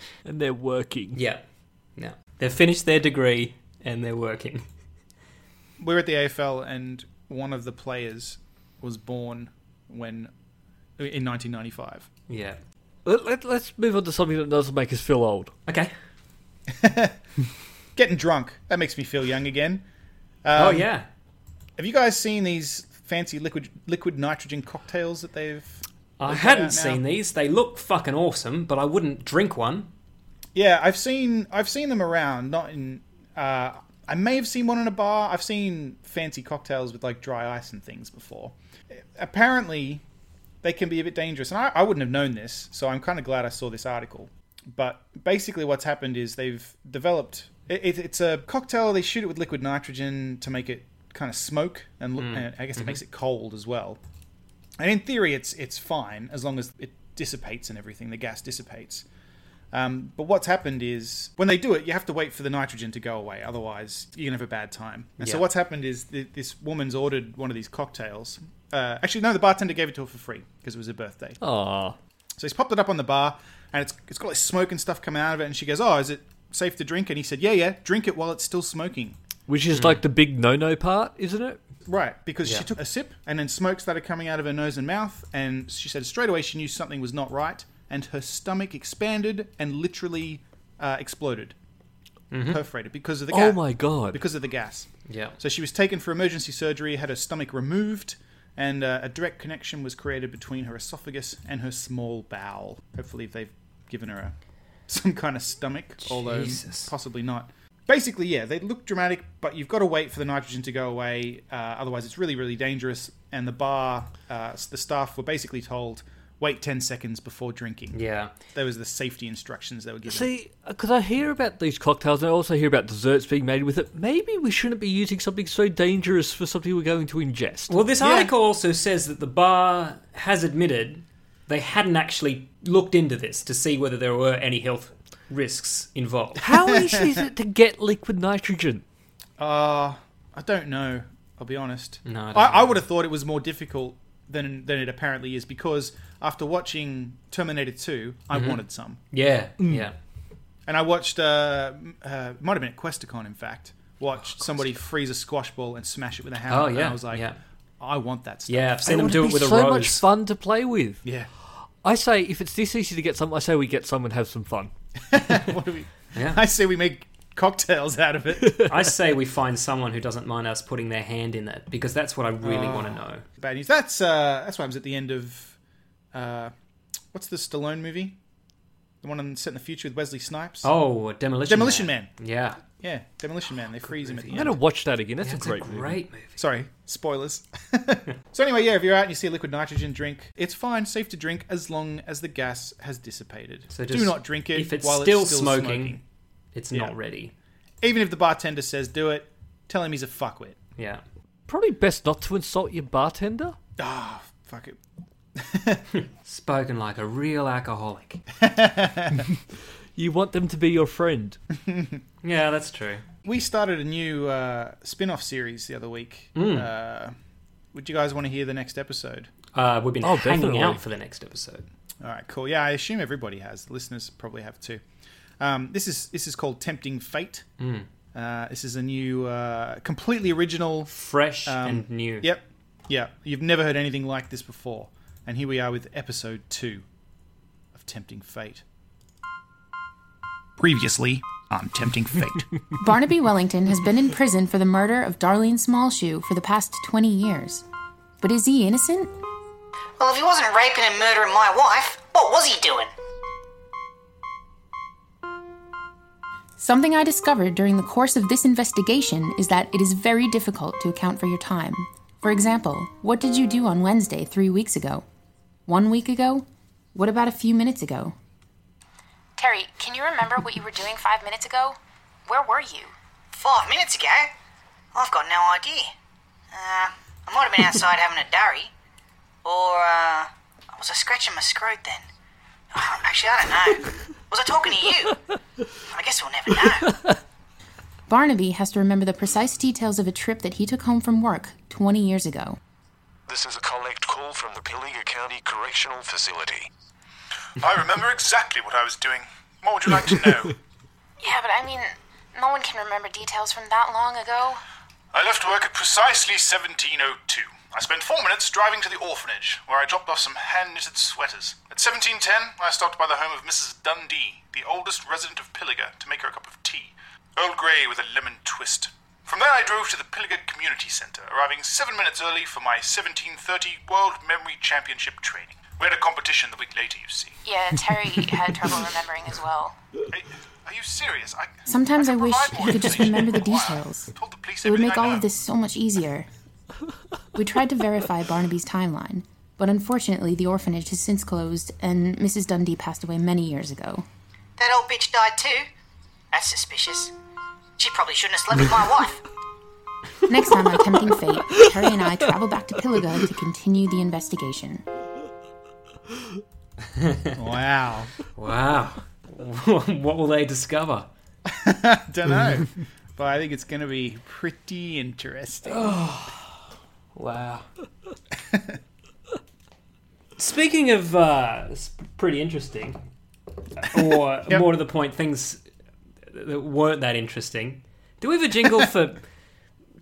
[laughs] and they're working. Yeah. Yeah. They've finished their degree and they're working. we were at the AFL, and one of the players was born when in 1995. Yeah. Let, let, let's move on to something that doesn't make us feel old. Okay. Getting drunk that makes me feel young again. Um, oh yeah. Have you guys seen these fancy liquid liquid nitrogen cocktails that they've? I Look hadn't at that now. seen these. They look fucking awesome, but I wouldn't drink one. Yeah, I've seen I've seen them around. Not in. Uh, I may have seen one in a bar. I've seen fancy cocktails with like dry ice and things before. Apparently, they can be a bit dangerous, and I, I wouldn't have known this. So I'm kind of glad I saw this article. But basically, what's happened is they've developed. It, it, it's a cocktail. They shoot it with liquid nitrogen to make it kind of smoke, and, look, and I guess it makes it cold as well. And in theory, it's it's fine as long as it dissipates and everything. The gas dissipates. Um, but what's happened is when they do it, you have to wait for the nitrogen to go away. Otherwise, you're gonna have a bad time. And so Yeah. what's happened is th- this woman's ordered one of these cocktails. Uh, actually, no, the bartender gave it to her for free because it was her birthday. Ah, So he's popped it up on the bar, and it's it's got like smoke and stuff coming out of it. And she goes, "Oh, is it safe to drink?" And he said, "Yeah, yeah, drink it while it's still smoking." which is like the big no-no part, isn't it? Right, because Yeah. she took a sip, and then smoke started coming out of her nose and mouth, and she said straight away she knew something was not right, and her stomach expanded and literally uh, exploded, perforated because of the Oh gas. my god! Because of the gas. Yeah. So she was taken for emergency surgery, had her stomach removed, and uh, a direct connection was created between her esophagus and her small bowel. Hopefully, they've given her a, some kind of stomach, although Jesus. possibly not. Basically, yeah, they look dramatic, but you've got to wait for the nitrogen to go away. Uh, otherwise, it's really, really dangerous. And the bar, uh, s- the staff were basically told, wait 10 seconds before drinking. Yeah. There was the safety instructions they were given. See, because I hear about these cocktails and I also hear about desserts being made with it. Maybe we shouldn't be using something so dangerous for something we're going to ingest. Well, this article also says that the bar has admitted they hadn't actually looked into this to see whether there were any health risks involved. [laughs] How easy is it to get liquid nitrogen? Uh, I don't know. I'll be honest. No, I don't I, I would have thought it was more difficult than than it apparently is because after watching Terminator Two, I Mm-hmm. wanted some, Yeah. Mm. Yeah. and I watched uh, m- uh it might have been at Questacon, in fact, watched somebody freeze a squash ball and smash it with a hammer. Oh and yeah. I was like, yeah. I want that stuff. Yeah, I've It seen them would do be it with so a much rose. fun to play with. Yeah. [laughs] I say, if it's this easy to get some, I say we get some and have some fun. What do we? Yeah. I say we make cocktails out of [laughs] it. I say we find someone who doesn't mind us putting their hand in that because that's what I really want to Ah. know. Bad news. That's uh, that's why I was at the end of, uh, what's the Stallone movie? The one on set in the future with Wesley Snipes. Oh, demolition. Demolition Man. Yeah, Yeah, Demolition Man. They freeze him at the I'm end. going to watch that again. That's that's a great, movie. movie. Sorry, spoilers. [laughs] so anyway, yeah, if you're out and you see a liquid nitrogen drink, it's fine, safe to drink as long as the gas has dissipated. So So just- do not drink it if it's while still it's still smoking. smoking. It's Yeah. not ready. Even if the bartender says do it, tell him he's a fuckwit. Yeah. Probably best not to insult your bartender. Ah, fuck it. Spoken like a real alcoholic. You want them to be your [laughs] friend. Yeah, that's true. We started a new uh, spin-off series the other week. Hmm. Uh, would you guys want to hear the next episode? Uh, we've been Oh, hanging definitely. out for the next episode. All right, cool. Yeah, I assume everybody has. The listeners probably have too. Um, this is this is called Tempting Fate. Uh, this is a new, uh, completely original. Fresh Um, and new. Yep, yeah. You've never heard anything like this before, and here we are with episode two of Tempting Fate. Previously on Tempting Fate. Barnaby Wellington has been in prison for the murder of Darlene Smallshoe for the past 20 years. But is he innocent? Well, if he wasn't raping and murdering my wife, what was he doing? Something I discovered during the course of this investigation is that it is very difficult to account for your time. For example, what did you do on Wednesday three weeks ago? One week ago? What about a few minutes ago? Terry, can you remember what you were doing five minutes ago? Where were you? Five minutes ago? I've got no idea. Uh, I might have been outside having a durry. Or, uh, was I scratching my scrot then? [sighs] Oh, actually, I don't know. Was I talking to you? I guess we'll never know. Barnaby has to remember the precise details of a trip that he took home from work 20 years ago. This is a collect call from the Pilliga County Correctional Facility. I remember exactly what I was doing. What would you like to know? Yeah, but I mean, no one can remember details from that long ago. I left work at precisely 1702. I spent four minutes driving to the orphanage, where I dropped off some hand knitted sweaters. At 1710, I stopped by the home of Mrs. Dundee, the oldest resident of Pilliga, to make her a cup of tea. Earl Grey with a lemon twist. From there, I drove to the Pilliga Community Centre, arriving seven minutes early for my 1730 World Memory Championship training. We had a competition the week later, you see. Yeah, Terry had trouble remembering as well. Are you serious? I Sometimes I wish you could just [laughs] remember the details. It would make all of this so much easier. We tried to verify Barnaby's timeline, but unfortunately the orphanage has since closed and Mrs. Dundee passed away many years ago. That old bitch died too. That's suspicious. She probably shouldn't have slept with my wife. Next time on Tempting Fate, Terry and I travel back to Pilliga to continue the investigation. Wow. Wow. [laughs] what will they discover? Don't know, but I think it's going to be pretty interesting. Wow. [laughs] Speaking of uh, s- pretty interesting, or Yep. more to the point, things that weren't that interesting. Do we have a jingle for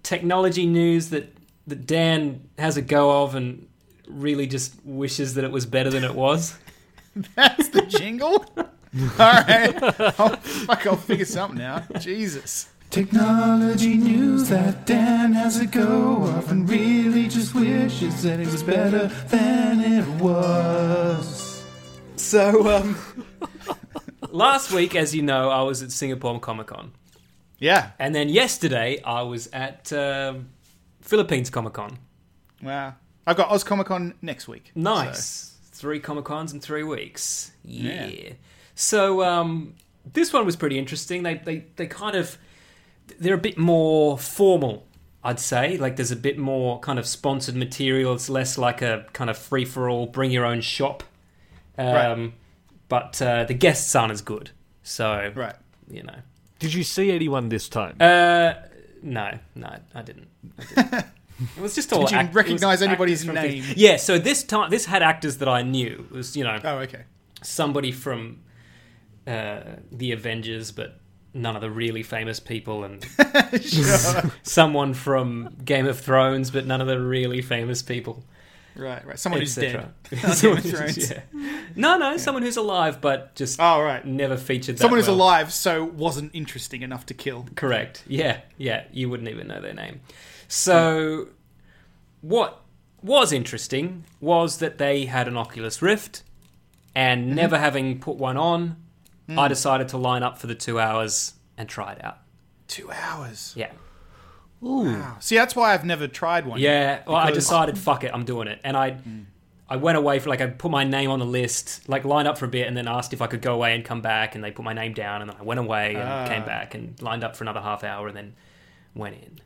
technology news that that Dan has a go of and really just wishes that it was better than it was? That's the jingle. [laughs] All right. I'll, fuck, I'll figure something out. Jesus. Technology news that Dan has a go of and really just wishes that it was better than it was. So, um, Last week, as you know, I was at Singapore Comic Con, Yeah. and then yesterday I was at um, Philippines Comic Con. Wow. I've got Oz Comic Con next week. Nice. so- Three Comic Cons in three weeks. Yeah. Yeah. So um, this one was pretty interesting. They, they they kind of they're a bit more formal, I'd say. Like there's a bit more kind of sponsored material. It's less like a kind of free for all, bring your own shop. Um, Right. But uh, the guests aren't as good. So Right. you know. Did you see anyone this time? Uh, no, no, I didn't. [laughs] I didn't. it was just all. Did you act- it was recognise anybody's actors from things- name? Yeah, so this time this had actors that I knew. It was you know Oh, okay. somebody from uh, the Avengers, but none of the really famous people, [laughs] and [laughs] someone from Game of Thrones, but none of the really famous people, Right, right. Someone who's dead. etc. [laughs] Game of Thrones. yeah. No, no, someone who's alive, but just Oh, right. never featured. That Someone who's well. alive, so wasn't interesting enough to kill. Correct. Yeah, yeah. You wouldn't even know their name. So, what was interesting was that they had an Oculus Rift, and never having put one on, I decided to line up for the two hours and try it out. Two hours. Yeah, Wow. See, that's why I've never tried one. yeah. Well, I Because- decided, fuck it, I'm doing it, and I. I went away for like I put my name on the list, like lined up for a bit, and then asked if I could go away and come back, and they put my name down, and then I went away and came back and lined up for another half hour, and then went in.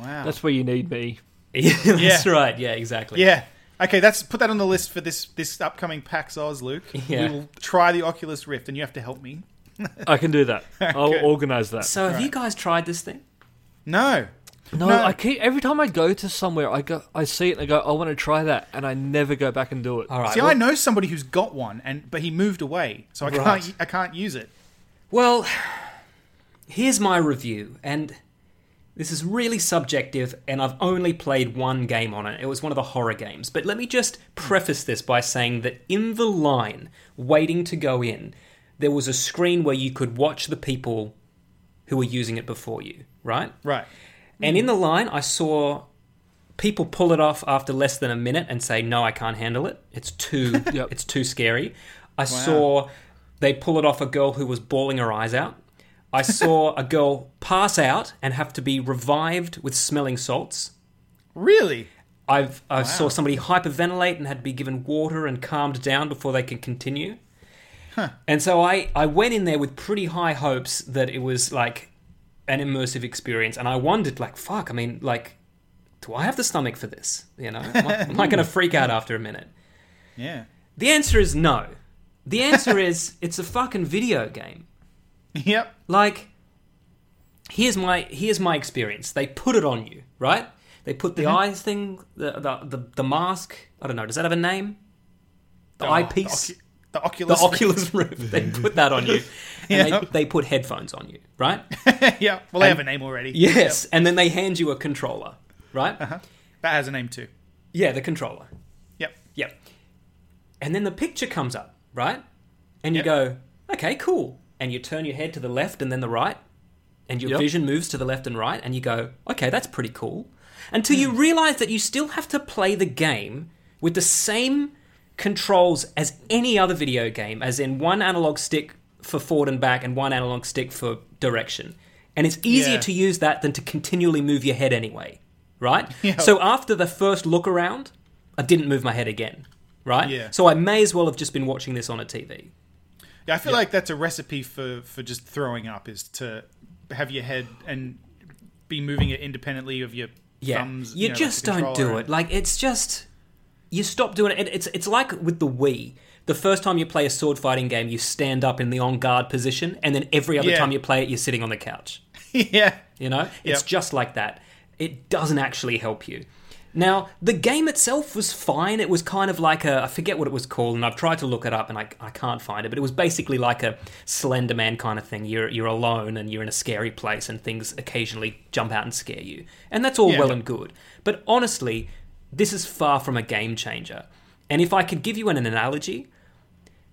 Wow. That's where you need me. Yeah, [laughs] that's Yeah. right. Yeah, exactly. yeah. Okay, that's put that on the list for this this upcoming PAX Oz, Luke. [laughs] Yeah. We will try the Oculus Rift, and you have to help me. I can do [laughs] that. I'll organise that. So have you guys tried this thing? No. no, no. I keep every time I go to somewhere, I go, I see it and I go, I want to try that, and I never go back and do it. All right. See, well, I know somebody who's got one, and but he moved away, so I Right. can't I can't use it. well, here's my review, and this is really subjective, and I've only played one game on it. It was one of the horror games. But let me Hmm. just preface this by saying that in the line, waiting to go in, there was a screen where you could watch the people who were using it before you, right? Right. And in the line, I saw people pull it off after less than a minute and say, "No, I can't handle it. It's too, Yep. it's too scary." I saw they pull it off a girl who was bawling her eyes out. I saw a girl pass out and have to be revived with smelling salts. Really? I've I saw somebody hyperventilate and had to be given water and calmed down before they could continue. And so I, I went in there with pretty high hopes that it was like an immersive experience, and I wondered like, fuck, I mean, like, do I have the stomach for this? You know, am I, am I going to freak out after a minute? Yeah. [laughs] The answer is no. The answer is it's a fucking video game. Yep. Like, here's my here's my experience. They put it on you, right? They put Mm-hmm. the eyes thing, the the, the the mask. I don't know. Does that have a name? The Oh, eyepiece, The, Ocu- the [laughs] [laughs] the Oculus. Rift. [laughs] Oculus Rift. They put that on you, and Yeah. they, they put headphones on you, [laughs] right? yeah. Well, they have a name already. [laughs] Yes, and then they hand you a controller, right? Uh-huh. That has a name too. Yeah, the controller. Yep. Yep. And then the picture comes up, right? And you Yep. go, okay, cool. And you turn your head to the left and then the right, and your Yep. vision moves to the left and right, and you go, okay, that's pretty cool. Until Hmm. you realize that you still have to play the game with the same controls as any other video game, as in one analog stick for forward and back and one analog stick for direction. And it's easier Yeah. to use that than to continually move your head anyway, [laughs] right? So after the first look around, I didn't move my head again, right? Yeah. So I may as well have just been watching this on a TV. Yeah, I feel like that's a recipe for for just throwing up is to have your head and be moving it independently of your Yeah, thumbs. you, know, like the just don't do controller. it. Like it's just you stop doing it. it. It's it's like with the Wii. The first time you play a sword fighting game, you stand up in the on guard position, and then every other Yeah. time you play it, you're sitting on the couch. [laughs] yeah, You know, it's Yep. just like that. It doesn't actually help you. Now, the game itself was fine. It was kind of like a, I forget what it was called, and I've tried to look it up and I, I can't find it, but it was basically like a Slender Man kind of thing. You're, you're alone and you're in a scary place and things occasionally jump out and scare you. And that's all Yeah. well and good. But honestly, this is far from a game changer. And if I could give you an analogy,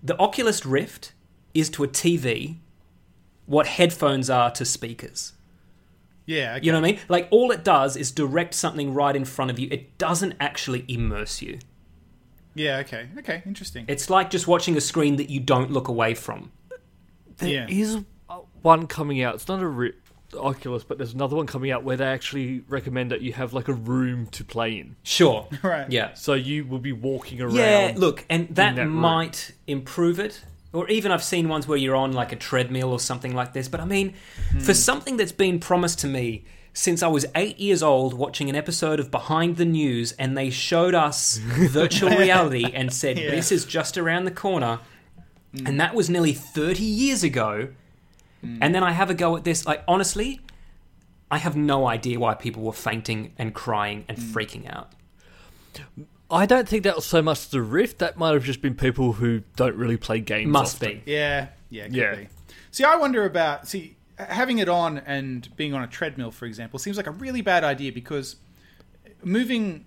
the Oculus Rift is to a TV what headphones are to speakers. yeah. okay. You know what I mean? Like all it does is direct something right in front of you. It doesn't actually immerse you. yeah. Okay. Okay. Interesting. It's like just watching a screen that you don't look away from. yeah. There is uh one coming out. It's not a re- Oculus, but there's another one coming out where they actually recommend that you have like a room to play in. Sure. Right. Yeah. So you will be walking around. Yeah, look, and that, that room. might improve it. Or even I've seen ones where you're on like a treadmill or something like this. But I mean, for something that's been promised to me since I was eight years old watching an episode of Behind the News and they showed us virtual reality and said, this is just around the corner. And that was nearly 30 years ago. And then I have a go at this. Like, honestly, I have no idea why people were fainting and crying and freaking out. I don't think that was so much the rift. That might have just been people who don't really play games. Must often. be. Yeah, yeah, it could Yeah. be. See, I wonder about see having it on and being on a treadmill, for example, seems like a really bad idea because moving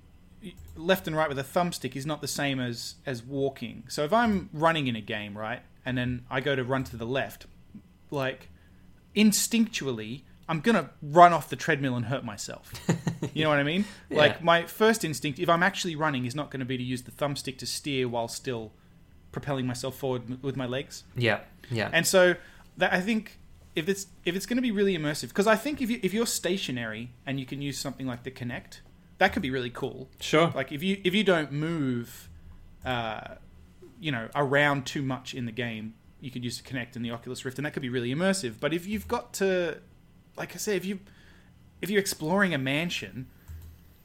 left and right with a thumbstick is not the same as as walking. So if I'm running in a game, right, and then I go to run to the left, like instinctually, I'm gonna run off the treadmill and hurt myself. You know what I mean? Like my first instinct, if I'm actually running, is not going to be to use the thumbstick to steer while still propelling myself forward m- with my legs. Yeah, yeah. And so that I think if it's if it's going to be really immersive, because I think if you if you're stationary and you can use something like the Kinect, that could be really cool. Sure. Like if you if you don't move, uh, you know, around too much in the game, you could use the Kinect and the Oculus Rift, and that could be really immersive. But if you've got to, like I said, if you if you're exploring a mansion,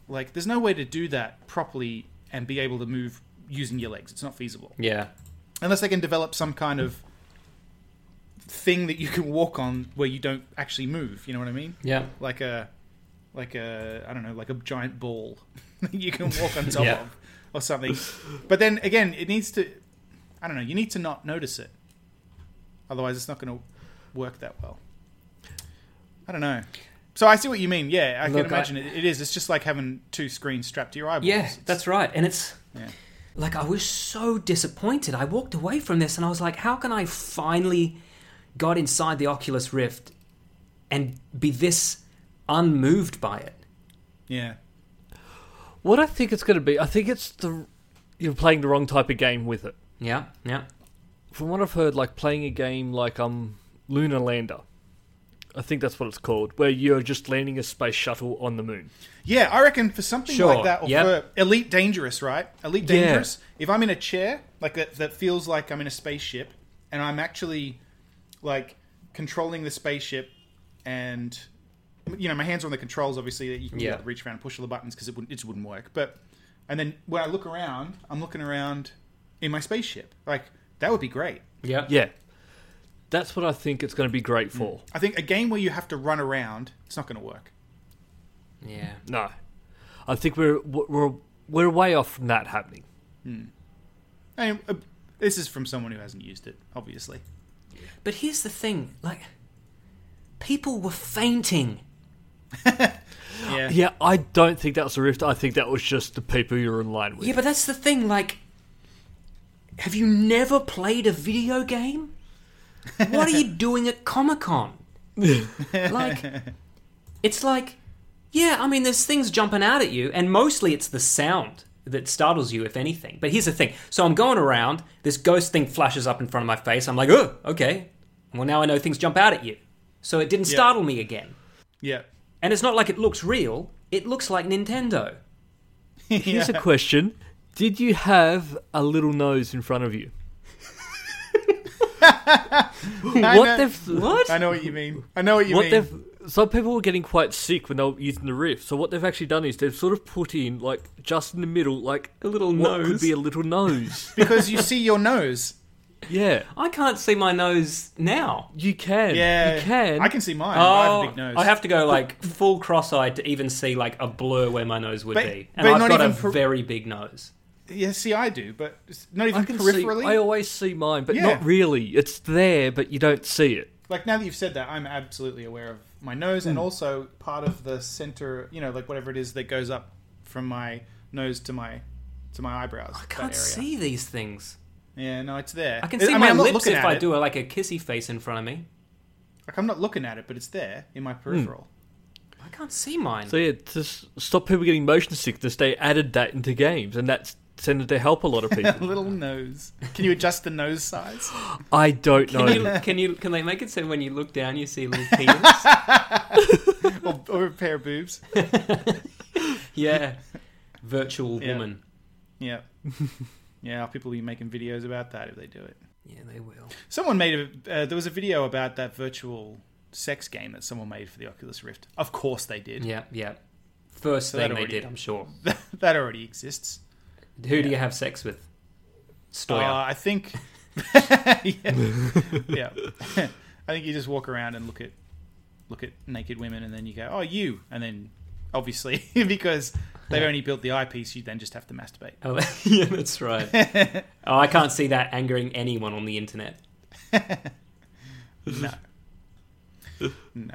like there's no way to do that properly and be able to move using your legs. It's not feasible yeah. unless they can develop some kind of thing that you can walk on where you don't actually move. You know what I mean? Yeah. Like a, like a, I don't know, like a giant ball [laughs] that you can walk on top Yeah. of or something. But then again, it needs to, I don't know, you need to not notice it. Otherwise, it's not going to work that well. I don't know. So I see what you mean. Yeah, I can Look, I- imagine it, it is. It's just like having two screens strapped to your eyeballs. Yeah, It's- that's right. And it's Yeah. like I was so disappointed. I walked away from this and I was like, how can I finally got inside the Oculus Rift and be this unmoved by it? yeah. What I think it's going to be, I think it's the you're playing the wrong type of game with it. Yeah, yeah. From what I've heard, like playing a game like um Lunar Lander, I think that's what it's called, where you're just landing a space shuttle on the moon. Yeah, I reckon for something Sure, like that, or yep. for Elite Dangerous, right? Elite Yeah. Dangerous. If I'm in a chair like that, that feels like I'm in a spaceship, and I'm actually like controlling the spaceship, and you know my hands are on the controls. Obviously, that you can Yeah. like, reach around and push all the buttons because it wouldn't it just wouldn't work. But and then when I look around, I'm looking around in my spaceship. Like that would be great. Yeah. Yeah, that's what I think it's going to be great for. I think a game where you have to run around, it's not going to work. Yeah. No, I think we're we're we're way off from that happening. I mean, uh, this is from someone who hasn't used it, obviously. But here's the thing, like people were fainting. Yeah. Yeah, I don't think that was a rift. I think that was just the people you're in line with. Yeah, but that's the thing, like have you never played a video game? What are you doing at Comic Con? like it's like yeah, I mean there's things jumping out at you and mostly it's the sound that startles you if anything. But here's the thing. So I'm going around, this ghost thing flashes up in front of my face. I'm like, "Oh, okay. Well, now I know things jump out at you." So it didn't startle me again. Yeah. And it's not like it looks real. It looks like Nintendo. Here's a question: Did you have a little nose in front of [laughs] you? what they've What? I know what you mean. I know what you what mean. they've some people were getting quite sick when they were using the rift. So what they've actually done is they've sort of put in like just in the middle, like A little what nose. could be a little nose. Because you see your nose. [laughs] yeah, I can't see my nose now. you can. Yeah. you can. I can see mine. I have a big nose. Oh, I have to go like full cross-eyed to even see like a blur where my nose would But- be, and but I've not got a even per- very big nose. Yeah, see, I do, but it's not even I can see. peripherally. I always see mine, but Yeah. not really. It's there, but you don't see it. like now that you've said that, I'm absolutely aware of my nose Hmm. and also part of the center. You know, like whatever it is that goes up from my nose to my to my eyebrows. I can't see these things. Yeah, no, it's there. I can It- see mean, my I'm not lips looking if at I it. do a, like a kissy face in front of me. Like I'm not looking at it, but it's there in Hmm. my peripheral. I can't see mine. So yeah, to s- stop people getting motion sickness, they added that into games, and that's tended to help a lot of [laughs] people. Little nose. Can you adjust the nose [laughs] size? I don't know. can, you, [laughs] can you can they make it so when you look down you see [laughs] little penis? or, or a pair of boobs? yeah, virtual Yeah. woman. Yeah. Yeah, people will be making videos about that if they do it. Yeah, they will. Someone made a. Uh, there was a video about that virtual sex game that someone made for the Oculus Rift. Of course they did. Yeah, yeah. First that thing they already- did, I'm sure. [laughs] that already exists. Who do you have sex with? Uh, Stoya. I think. [laughs] yeah. Yeah. [laughs] I think you just walk around and look at look at naked women, and then you go, "Oh, you," and then obviously [laughs] because they've only built the eyepiece, you then just have to masturbate. Oh, [laughs] yeah, [laughs] that's right. oh, I can't see that angering anyone on the internet. No. no.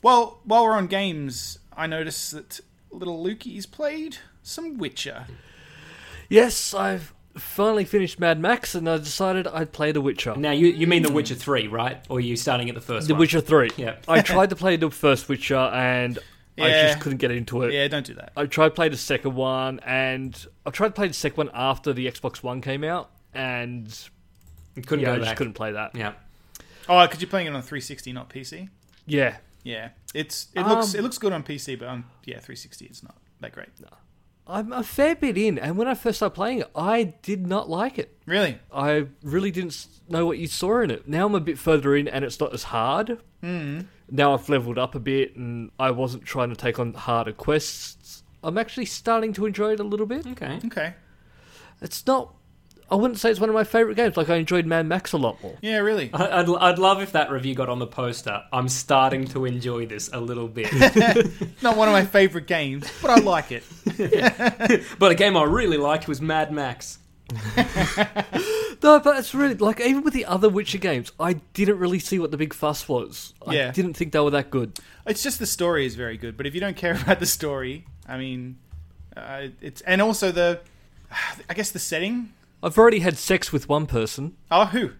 Well, while we're on games, I noticed that little Lukey's played some Witcher. Yes, I've finally finished Mad Max, and I decided I'd play The Witcher. Now, you, you mean The Witcher 3, right? Or are you starting at the first The one? Witcher Three. Yeah. [laughs] I tried to play the first Witcher, and I Yeah. just couldn't get into it. Yeah, don't do that. I tried to play the second one, and I tried to play the second one after the Xbox One came out, and You couldn't yeah, go I just back. couldn't play that. Yeah. Oh, because you're playing it on 360, not PC. Yeah. Yeah, it's it looks Um, it looks good on PC, but on yeah 360, it's not that great. I'm a fair bit in, and when I first started playing it, I did not like it. Really? I really didn't s- know what you saw in it. Now I'm a bit further in, and it's not as hard. Mm. Now I've leveled up a bit, and I wasn't trying to take on harder quests. I'm actually starting to enjoy it a little bit. Okay. Okay. It's not. I wouldn't say it's one of my favorite games. Like I enjoyed Mad Max a lot more. Yeah, really. I- I'd, I'd love if that review got on the poster. I'm starting to enjoy this a [laughs] little bit. Not one of my favorite games, but I like it. but a game I really liked was Mad Max. No, but it's really like even with the other Witcher games, I didn't really see what the big fuss was. I Yeah. didn't think they were that good. It's just the story is very good, but if you don't care [laughs] about the story, I mean, uh, it's and also the I guess the setting. I've already had sex with one person. Oh, who?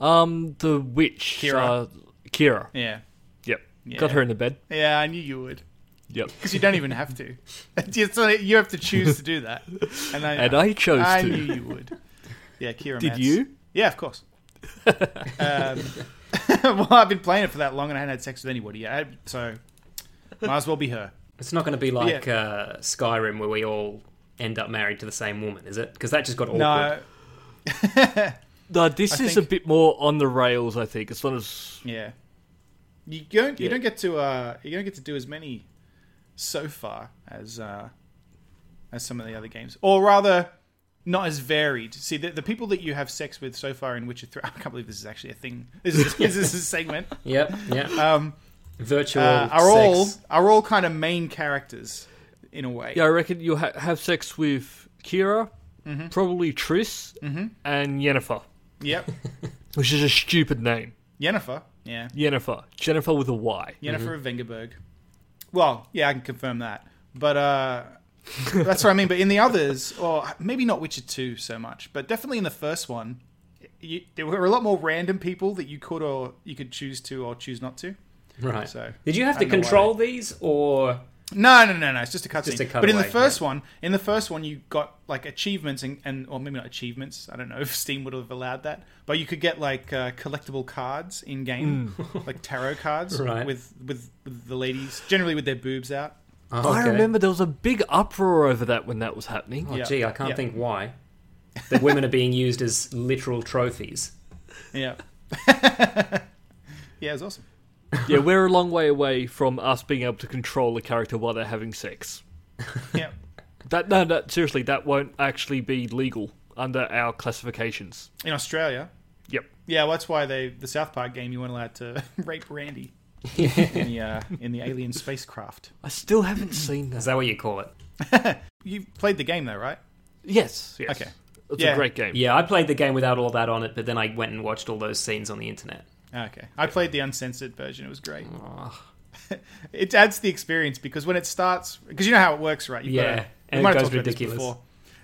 Um, the witch, Kira. Uh, Kira. Yeah, Yep. Got her in the bed. yeah. I knew you would Yep. because you don't even have to. [laughs] It's not- you have to choose to do that, and I And I chose I to. knew you would. Yeah, Kira. [laughs] Did Mads. you? Yeah, of course. um, [laughs] well, I've been playing it for that long, and I hadn't had sex with anybody yet, so might as well be her. It's not going to be like uh, Skyrim where we all end up married to the same woman, is it? Because that just got awkward. No, No, this I is think- a bit more on the rails. I think it's not as yeah. You don't. You Yeah. don't get to. Uh, you don't get to do as many so far as uh, as some of the other games, or rather, not as varied. See, the, the people that you have sex with so far in Witcher Three. [laughs] I can't believe this is actually a thing. This is this is a [laughs] segment. Yep, yep. Um, Virtual uh, are all sex. are all kind of main characters in a way. yeah. I reckon you'll ha- have sex with Kira, probably Triss, and Yennefer. Yep. which is a stupid name. Jennifer. Yeah. Jennifer. Jennifer with a Y. Jennifer of Mm-hmm. Vengerberg. Well, yeah, I can confirm that. But uh, that's what I mean. But in the others, or maybe not Witcher 2 so much, but definitely in the first one, you, there were a lot more random people that you could or you could choose to or choose not to. Right. So, Did you have I to don't know why control these, or No, no, no, no. It's just a Just a cutscene. But in the cutaway, first one, in the first one, you got like achievements and, and or maybe not achievements. I don't know if Steam would have allowed that, but you could get like uh, collectible cards in game, like tarot cards Mm. [laughs] Right. with, with with the ladies, generally with their boobs out. Oh, I okay. remember there was a big uproar over that when that was happening. Oh, Yeah, gee, I can't yeah. think why. That women are being used as literal trophies. Yeah, [laughs] yeah, it was awesome. yeah, we're a long way away from us being able to control a character while they're having sex. Yeah, That no, no, seriously, that won't actually be legal under our classifications. in Australia. Yep. Yeah, well, that's why they the South Park game you weren't allowed to [laughs] rape Randy in the uh, in the alien spacecraft. I still haven't seen Is that. that what you call it? You played the game though, right? Yes. Yes. Okay. It's Yeah. a great game. Yeah, I played the game without all that on it, but then I went and watched all those scenes on the internet. Okay. I played the uncensored version. It was great. [laughs] it adds to the experience because when it starts, because you know how it works, right? You've Yeah, gotta- and we it might have goes talked about this ridiculous. before.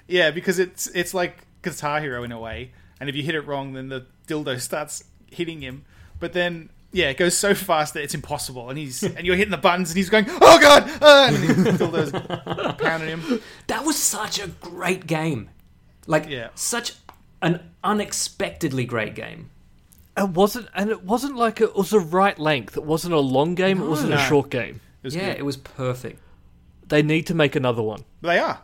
Yeah, because it's it's like Guitar Hero in a way, and if you hit it wrong, then the dildo [laughs] starts hitting him. But then, yeah, it goes so fast that it's impossible, and he's and you're hitting the buttons, and he's going, "Oh god!" ah," and the [laughs] dildo's pounding him. That was such a great game. Like, Yeah. such an unexpectedly great game. It wasn't, and it wasn't like it was the right length. It wasn't a long game. it wasn't No. a short game. was yeah, good. it was perfect. They need to make another one. But they are.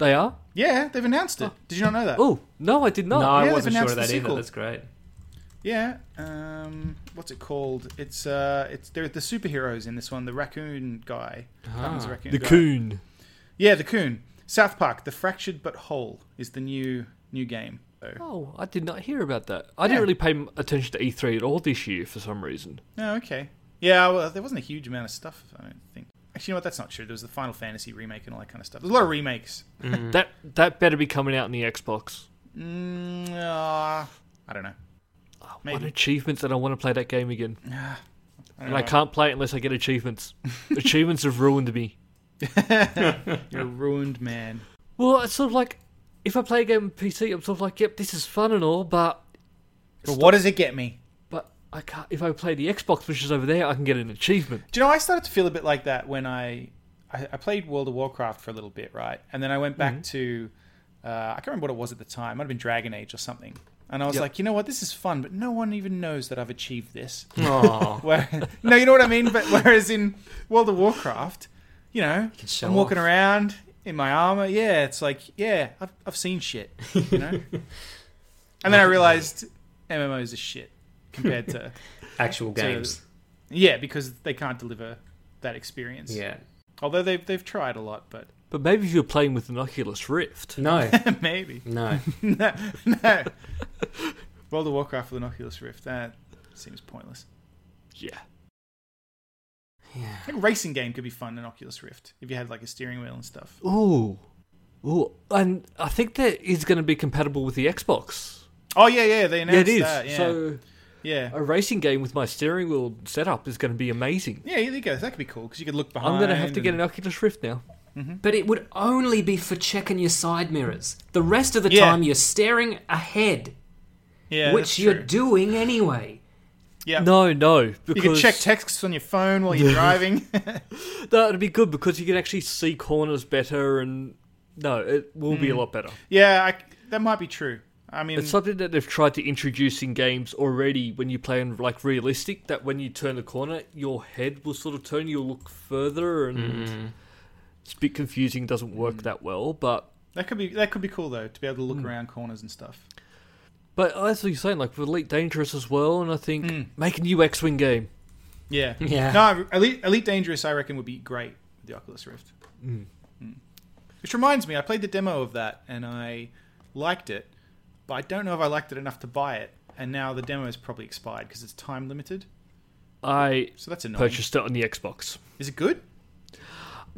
They are. Yeah, they've announced it. Did you not know that? Oh no, I did not. No, I they've wasn't sure of announced the that either. sequel. That's great. Yeah. Um, what's it called? It's uh, it's they're the superheroes in this one. The raccoon guy. That one's a raccoon The guy. Coon. Yeah, the coon. South Park, the fractured but whole is the new new game. So, Oh, I did not hear about that. I didn't really pay m- attention to E3 at all this year for some reason. oh, okay. Yeah, well, there wasn't a huge amount of stuff. I don't think. Actually, you know what? That's not true. There was the Final Fantasy remake and all that kind of stuff. There's a lot of remakes. That that better be coming out in the Xbox. Mm, uh, I don't know. What Maybe. achievements, and I want to play that game again. I don't And I know. can't play it unless I get achievements. achievements have ruined me. You're a ruined man. Well, it's sort of like if I play a game on PC, I'm sort of like, yep, this is fun and all, but But what does it get me? but I can't. If I play the Xbox, which is over there, I can get an achievement. Do you know, I started to feel a bit like that when I I, I played World of Warcraft for a little bit, right? And then I went back to uh, I can't remember what it was at the time. It might have been Dragon Age or something. And I was Yep. like, you know what, this is fun, but no one even knows that I've achieved this. Oh, [laughs] Where, no, you know what I mean. But whereas in World of Warcraft, you know, show I'm walking off. around in my armor. Yeah, it's like, yeah, I've, I've seen shit. You know. and then I realized MMOs are shit compared to actual games. yeah, because they can't deliver that experience. yeah. Although they've they've tried a lot, but [laughs] But maybe if you're playing with an Oculus Rift, No, maybe [laughs] no. no, no. World of Warcraft with an Oculus Rift that seems pointless. yeah, I think a racing game could be fun in Oculus Rift if you had like a steering wheel and stuff. ooh, ooh, and I think that is going to be compatible with the Xbox. Oh yeah, yeah, they Yeah, announced it is. that. Yeah, So uh, yeah. a racing game with my steering wheel setup is going to be amazing. Yeah, there you go. That could be cool because you could look behind. I'm going to have to get and- an Oculus Rift now. But it would only be for checking your side mirrors. The rest of the Yeah. time, you're staring ahead, yeah, which you're doing anyway. yeah. No, no, you because can check texts on your phone while [laughs] you're driving. [laughs] that would be good because you can actually see corners better, and no, it will Hmm. be a lot better. yeah, I, that might be true. I mean, It's something that they've tried to introduce in games already when you play on like realistic that when you turn the corner your head will sort of turn you'll look further and it's a bit confusing doesn't work that well but that could be that could be cool though to be able to Hmm. look around corners and stuff. but as you're saying like with Elite Dangerous as well and I think make a new X-Wing game Yeah, Yeah. No, Elite, Elite Dangerous, I reckon, would be great with the Oculus Rift. Mm. Which reminds me, I played the demo of that and I liked it, but I don't know if I liked it enough to buy it. And now the demo is probably expired because it's time limited. I So that's annoying. purchased it on the Xbox Is it good?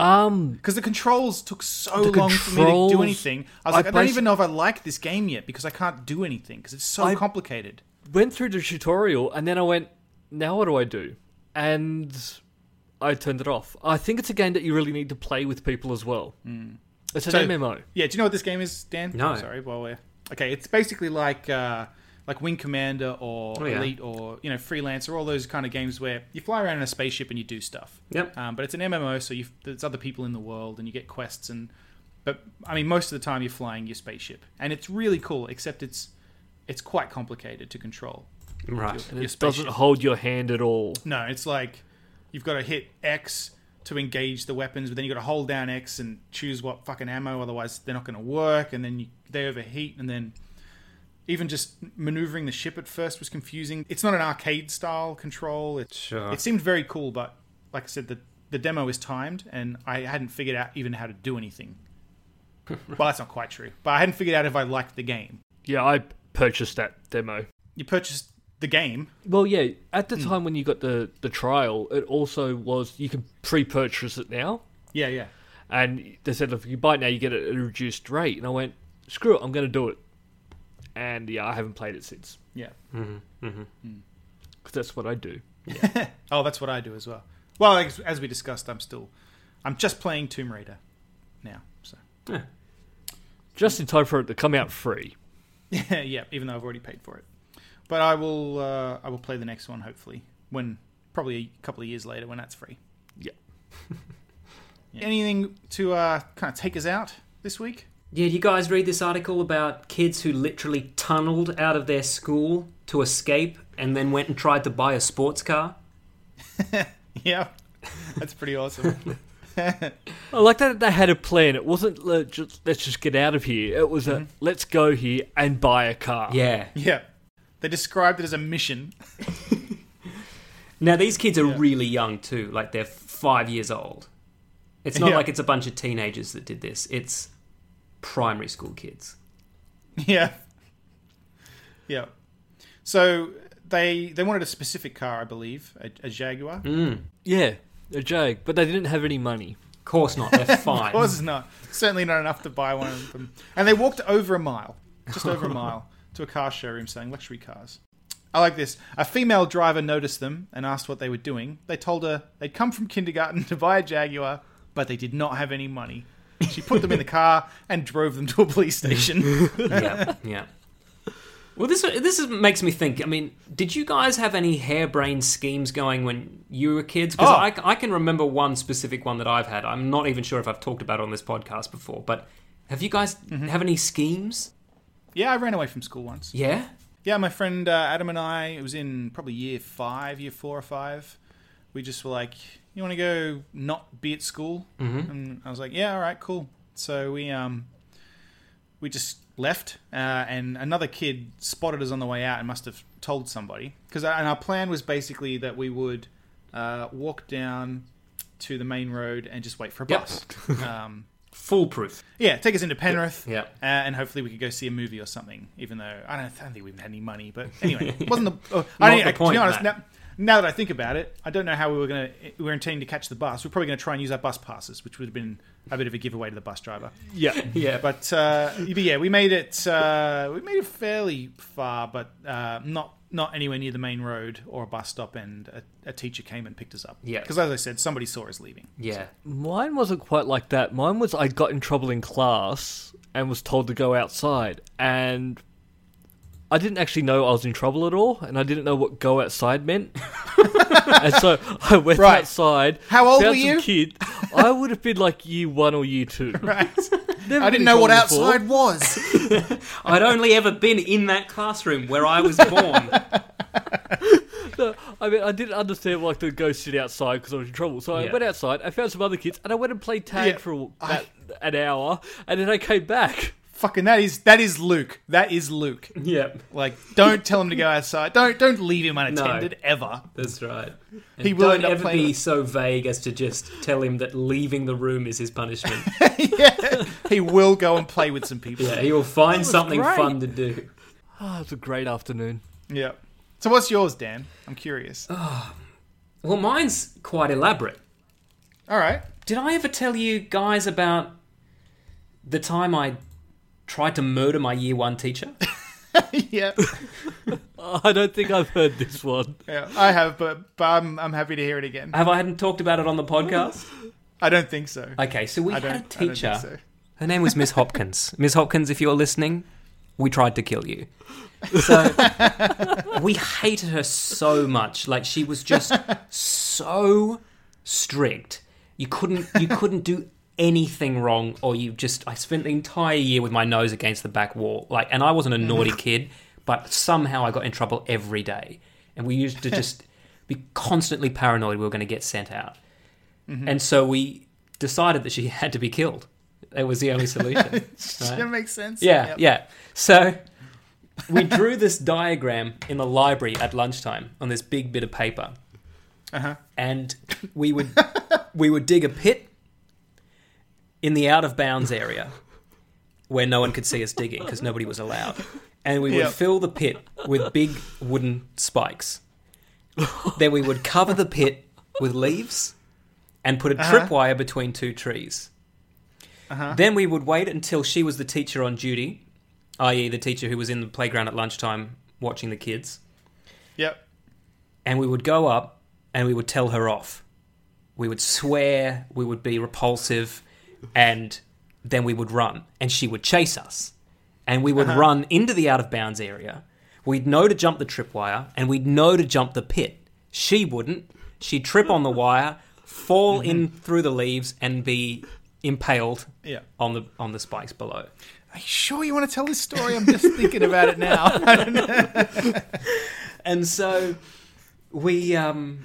um Because the controls took so The long for me to do controls- anything. I was I like, I don't basi- even know if I like this game yet because I can't do anything because it's so I- complicated. went through the tutorial and then I went, now what do I do? And I turned it off. I think it's a game that you really need to play with people as well. It's an So- MMO. Yeah, do you know what this game is, Dan? No. I'm sorry. Well, we're okay. It's basically like uh, like Wing Commander or Oh, yeah. Elite or you know Freelancer, all those kind of games where you fly around in a spaceship and you do stuff. Yep. Um, but it's an MMO, so you've, there's other people in the world and you get quests and. But I mean, most of the time you're flying your spaceship, and it's really cool. Except it's it's quite complicated to control. Right. Your It doesn't hold your hand at all. No, it's like you've got to hit X to engage the weapons, but then you've got to hold down X and choose what fucking ammo, otherwise they're not going to work, and then you, they overheat, and then even just maneuvering the ship at first was confusing. It's not an arcade style control. It, Sure. it seemed very cool, but like I said, the, the demo is timed, and I hadn't figured out even how to do anything. well, that's not quite true, but I hadn't figured out if I liked the game. Yeah, I purchased that demo. Hmm. You purchased the game. Well, yeah, at the time when you got the, the trial, it also was you can pre purchase it now. Yeah, yeah. And they said, look, if you buy it now, you get it at a reduced rate. And I went, screw it, I'm going to do it. And yeah, I haven't played it since. Yeah. Because that's what I do. Oh, that's what I do as well. Well, as, as we discussed, I'm still, I'm just playing Tomb Raider now. So [laughs] Just in time for it to come out free. yeah, even though I've already paid for it, but I will, uh, I will play the next one hopefully when probably a couple of years later when that's free. [laughs] Yeah. Anything to uh, kind of take us out this week? [laughs] Yeah, you guys read this article about kids who literally tunneled out of their school to escape and then went and tried to buy a sports car? Yeah, that's pretty awesome. I like that they had a plan. It wasn't le- just, let's just get out of here. It was a let's go here and buy a car. Yeah. yeah, they described it as a mission. [laughs] Now, these kids are really young too, like they're five years old. It's not Yeah. like it's a bunch of teenagers that did this, it's primary school kids. Yeah. Yeah. So they they wanted a specific car, I believe, a, a Jaguar. Yeah, a joke. But they didn't have any money. Of course [laughs] not, they're fine. course it's not. Certainly not enough to buy one of them. And they walked over a mile, just over a mile, to a car showroom selling luxury cars. I like this. A female driver noticed them and asked what they were doing. They told her they'd come from kindergarten [laughs] to buy a Jaguar, but they did not have any money. She put them in the car and drove them to a police station. yeah, yeah. Well, this this is, makes me think. I mean, did you guys have any harebrained schemes going when you were kids? Because Oh. I, I can remember one specific one that I've had. I'm not even sure if I've talked about it on this podcast before. But have you guys Mm-hmm. have any schemes? yeah, I ran away from school once. Yeah. Yeah, my friend uh, Adam and I, it was in probably year five, year four or five. We just were like, you want to go not be at school? Mm-hmm. And I was like, yeah, all right, cool. So we um, we just left, uh, and another kid spotted us on the way out and must have told somebody. Because and our plan was basically that we would uh, walk down to the main road and just wait for a Yep. bus. [laughs] um, Foolproof. yeah, take us into Penrith. Yeah. Uh, and hopefully we could go see a movie or something. Even though I don't, I don't think we even had any money, [laughs] but anyway, it wasn't the. Oh, I Not don't, the I- to point, be honest, Matt. now, now that I think about it, I don't know how we were going to. We were intending to catch the bus. We are probably going to try and use our bus passes, which would have been a bit of a giveaway to the bus driver. Yeah. Yeah. But But, uh, but yeah, we made it. Uh, we made it fairly far, but uh, not not anywhere near the main road or a bus stop. And a, a teacher came and picked us up. Yeah. because as I said, somebody saw us leaving. yeah. Mine wasn't quite like that. Mine was I got in trouble in class and was told to go outside, and I didn't actually know I was in trouble at all, and I didn't know what go outside [laughs] meant. and so I went Right. outside. How old found were you? Some kid. I would have been like year one or year two. [laughs] Right. Never I been didn't in know what trouble before. outside was. I'd only ever been in that classroom where I was [laughs] born. I mean, I didn't understand like to go sit outside because I was in trouble. So I Yeah. went outside. I found some other kids, and I went and played tag Yeah. for a- about an hour, and then I came back. Fucking that is that is Luke. That is Luke. yeah. Like, don't tell him to go outside. Don't don't leave him unattended ever. That's right. He will Don't end up ever playing be with- so vague as to just tell him that leaving the room is his punishment. He will go and play with some people. Yeah, he will find something great. fun to do. Oh, it was a great afternoon. Yeah. So what's yours, Dan? I'm curious. Well, mine's quite elaborate. All right. [laughs] Did I ever tell you guys about the time I tried to murder my year one teacher? yeah. I don't think I've heard this one. Yeah, I have, but, but I'm, I'm happy to hear it again. Have I hadn't talked about it on the [laughs] podcast? I don't think so. Okay, so we I had don't, a I don't teacher. think so. Her name was Miss Hopkins. Miss Hopkins, if you're listening, we tried to kill you. So [laughs] we hated her so much. Like she was just so strict. You couldn't you couldn't do anything wrong or you just I spent the entire year with my nose against the back wall. Like and I wasn't a naughty kid, but somehow I got in trouble every day. And we used to just be constantly paranoid we were going to get sent out. And so we decided that she had to be killed. It was the only solution. right? That makes sense. Yeah, Yep. yeah. So we drew this diagram in the library at lunchtime on this big bit of paper, and we would we would dig a pit in the out of bounds area where no one could see us digging because nobody was allowed, and we would Yep. fill the pit with big wooden spikes. then we would cover the pit with leaves and put a tripwire between two trees. Then we would wait until she was the teacher on duty, i.e., the teacher who was in the playground at lunchtime watching the kids, Yep. and we would go up and we would tell her off. We would swear, we would be repulsive, and then we would run, and she would chase us. And we would run into the out of bounds area. We'd know to jump the tripwire, and we'd know to jump the pit. She wouldn't. She'd trip on the wire, fall in through the leaves, and be impaled Yeah. on the on the spikes below. Are you sure you want to tell this story? I'm just thinking about it now. [laughs] [laughs] I don't know. and so we um,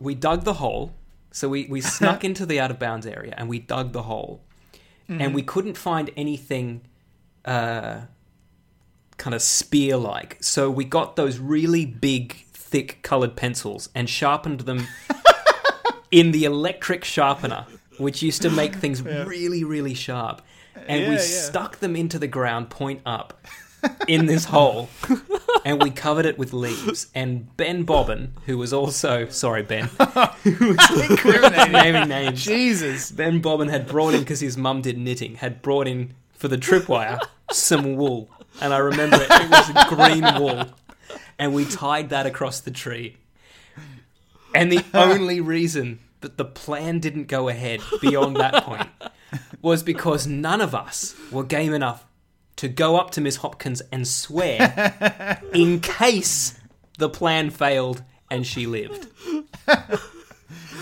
we dug the hole. So we, we snuck into the out of bounds area and we dug the hole, and Mm-hmm. we couldn't find anything uh, kind of spear like. So we got those really big, thick coloured pencils and [laughs] sharpened them in the electric sharpener, which used to make things really, really sharp. And we Yeah, yeah. stuck them into the ground, point up, in [laughs] this hole, and we covered it with leaves. And Ben Bobbin, who was also [laughs] sorry Ben, Incriminating. [laughs] naming names. Jesus. Ben Bobbin had brought in because his mum did knitting. Had brought in for the tripwire some wool, and I remember it, it was green wool, and we tied that across the tree. And the only reason that the plan didn't go ahead beyond that point was because none of us were game enough to go up to Miss Hopkins and swear in case the plan failed and she lived.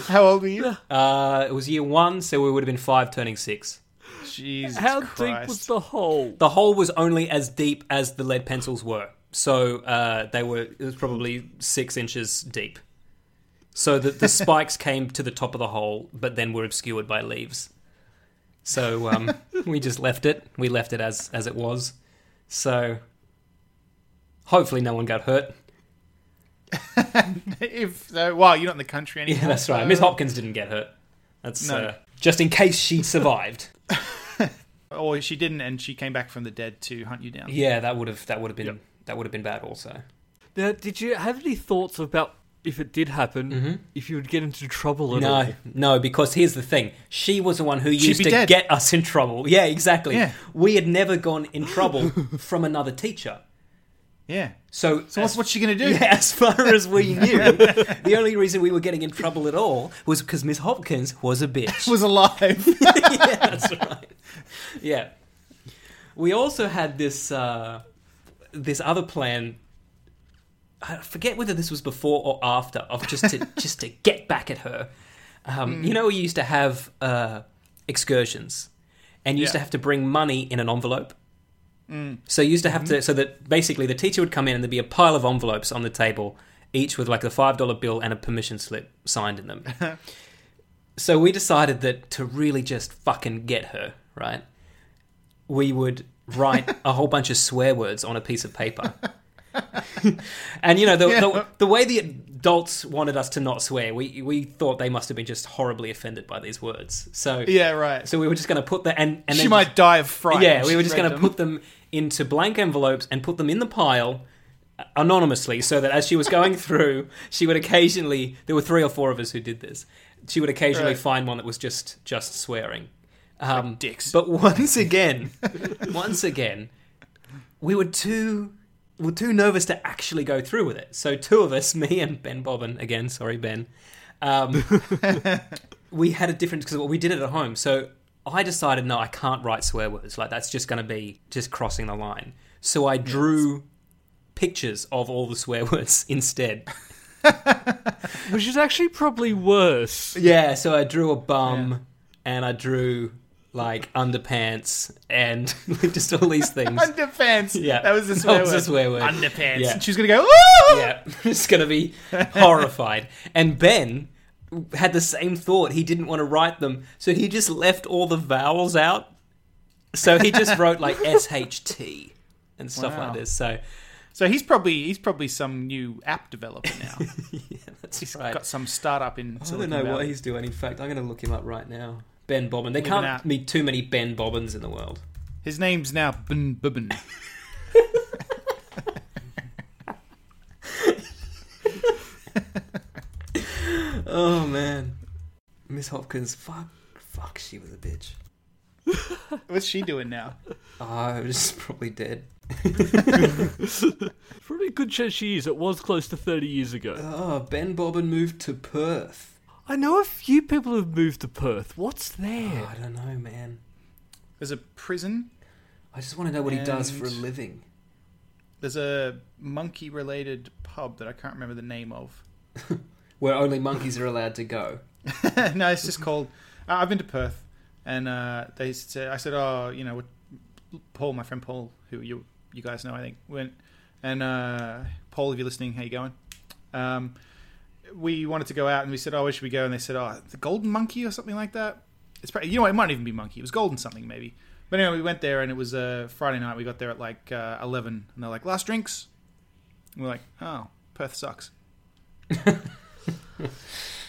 How old were you? Uh, it was year one, so we would have been five, turning six. Jesus How deep Christ. [laughs] was the hole? the hole was only as deep as the lead pencils were. So uh, they were it was probably six inches deep. So the, the spikes came to the top of the hole, but then were obscured by leaves. So um, we just left it. We left it as as it was. So hopefully no one got hurt. [laughs] If so, wow, you're not in the country anymore. Yeah, that's right. Miss Hopkins didn't get hurt. That's No. uh, just in case she survived. Or she didn't, and she came back from the dead to hunt you down. yeah, that would have that would have been that would have been bad also. Now, did you have any thoughts about if it did happen, Mm-hmm. if you would get into trouble at all? No, no, because here's the thing. She was the one who used be to dead. get us in trouble. [laughs] Yeah, exactly. Yeah. We had never gone in trouble [laughs] from another teacher. Yeah. So, So what's, as- what's she gonna do? [laughs] yeah, [laughs] as far as we knew, the only reason we were getting in trouble at all was because Miss Hopkins was a bitch. Was alive. yeah, that's right. Yeah. We also had this uh, this other plan. I forget whether this was before or after of just to just to get back at her. Um, You know, we used to have uh, excursions, and you used to Yeah. have to bring money in an envelope. So you used to have Mm-hmm. to so that basically the teacher would come in and there'd be a pile of envelopes on the table, each with like a five dollar bill and a permission slip signed in [laughs] them. so we decided that to really just fucking get her, right? We would write a whole bunch of swear words on a piece of [laughs] paper. and you know the, the the way the adults wanted us to not swear, we we thought they must have been just horribly offended by these words. So yeah, right. so we were just going to put the and [laughs] and she then might die of fright. yeah, we were just going to Random. put them into blank envelopes and put them in the pile uh, anonymously so that as she was going through, she would occasionally there were three or four of us who did this. She would occasionally Right. find one that was just just swearing. Um, dicks. [laughs] But once again, once again, we were too were too nervous to actually go through with it. So two of us, [laughs] me and Ben Bobbin, again, sorry Ben, [laughs] um, we had a difference because we did it at home. So I decided, no, I can't write swear words. Like that's just going to be just crossing the line. So I drew pictures of all the swear [laughs] words instead. Which is actually probably worse. Yeah, so I drew a bum and I drew like underpants and [laughs] just all [laughs] these things. Underpants. [laughs] Yeah, That was the that swear was word. a swear word. Underpants. Yeah. And She's going to go, Ooh! yeah, [laughs] it's gonna be horrified. And Ben had the same thought. He didn't want to write them, so he just left all the vowels out. So he just wrote like S H T and stuff Wow. like this. So So he's probably he's probably some new app developer now. that's He's [laughs] right. got some startup in. I don't Silicon know what Valley. he's doing. In fact, I'm gonna look him up right now. Ben Bobbin. There Look it can't up. be too many Ben Bobbins in the world. His name's now Bin Bibbin. [laughs] Oh man, Miss Hopkins. Fuck, fuck. She was a bitch. What's she doing now? Oh, [laughs] she's probably dead. Probably a good chance she is. It was close to 30 years ago. Oh, Ben Bobbin moved to Perth. Uh, I know a few people have moved to Perth. What's there? Oh, I don't know, man. There's a prison. I just want to know what he does for a And- living. There's a monkey-related pub that I can't remember the name of. Where only monkeys are allowed to go. [laughs] no, it's just called. Uh, I've been to Perth, and uh, they said, I said, oh, you know, Paul, my friend Paul, who you you guys know, I think, went, and uh, Paul, if you're listening, how you going? Um, we wanted to go out, and we said, oh, where should we go? And they said, oh, the Golden Monkey or something like that. It's probably, you know, what, it might even be Monkey. It was Golden something maybe. But anyway, we went there, and it was uh, Friday night. We got there at like uh, eleven, and they're like, last drinks. And we're like, oh, Perth sucks.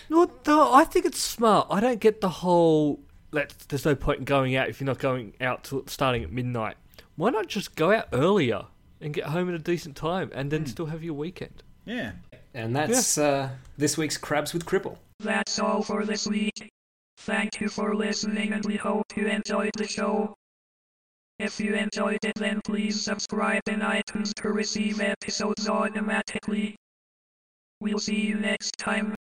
No, no, I think it's smart. I don't get the whole. Let there's no point in going out if you're not going out till starting at midnight. Why not just go out earlier and get home at a decent time, and then still have your weekend? Yeah. And that's uh, this week's Crabs with Cripple. That's all for this week. Thank you for listening and we hope you enjoyed the show. If you enjoyed it then please subscribe in iTunes to receive episodes automatically. We'll see you next time.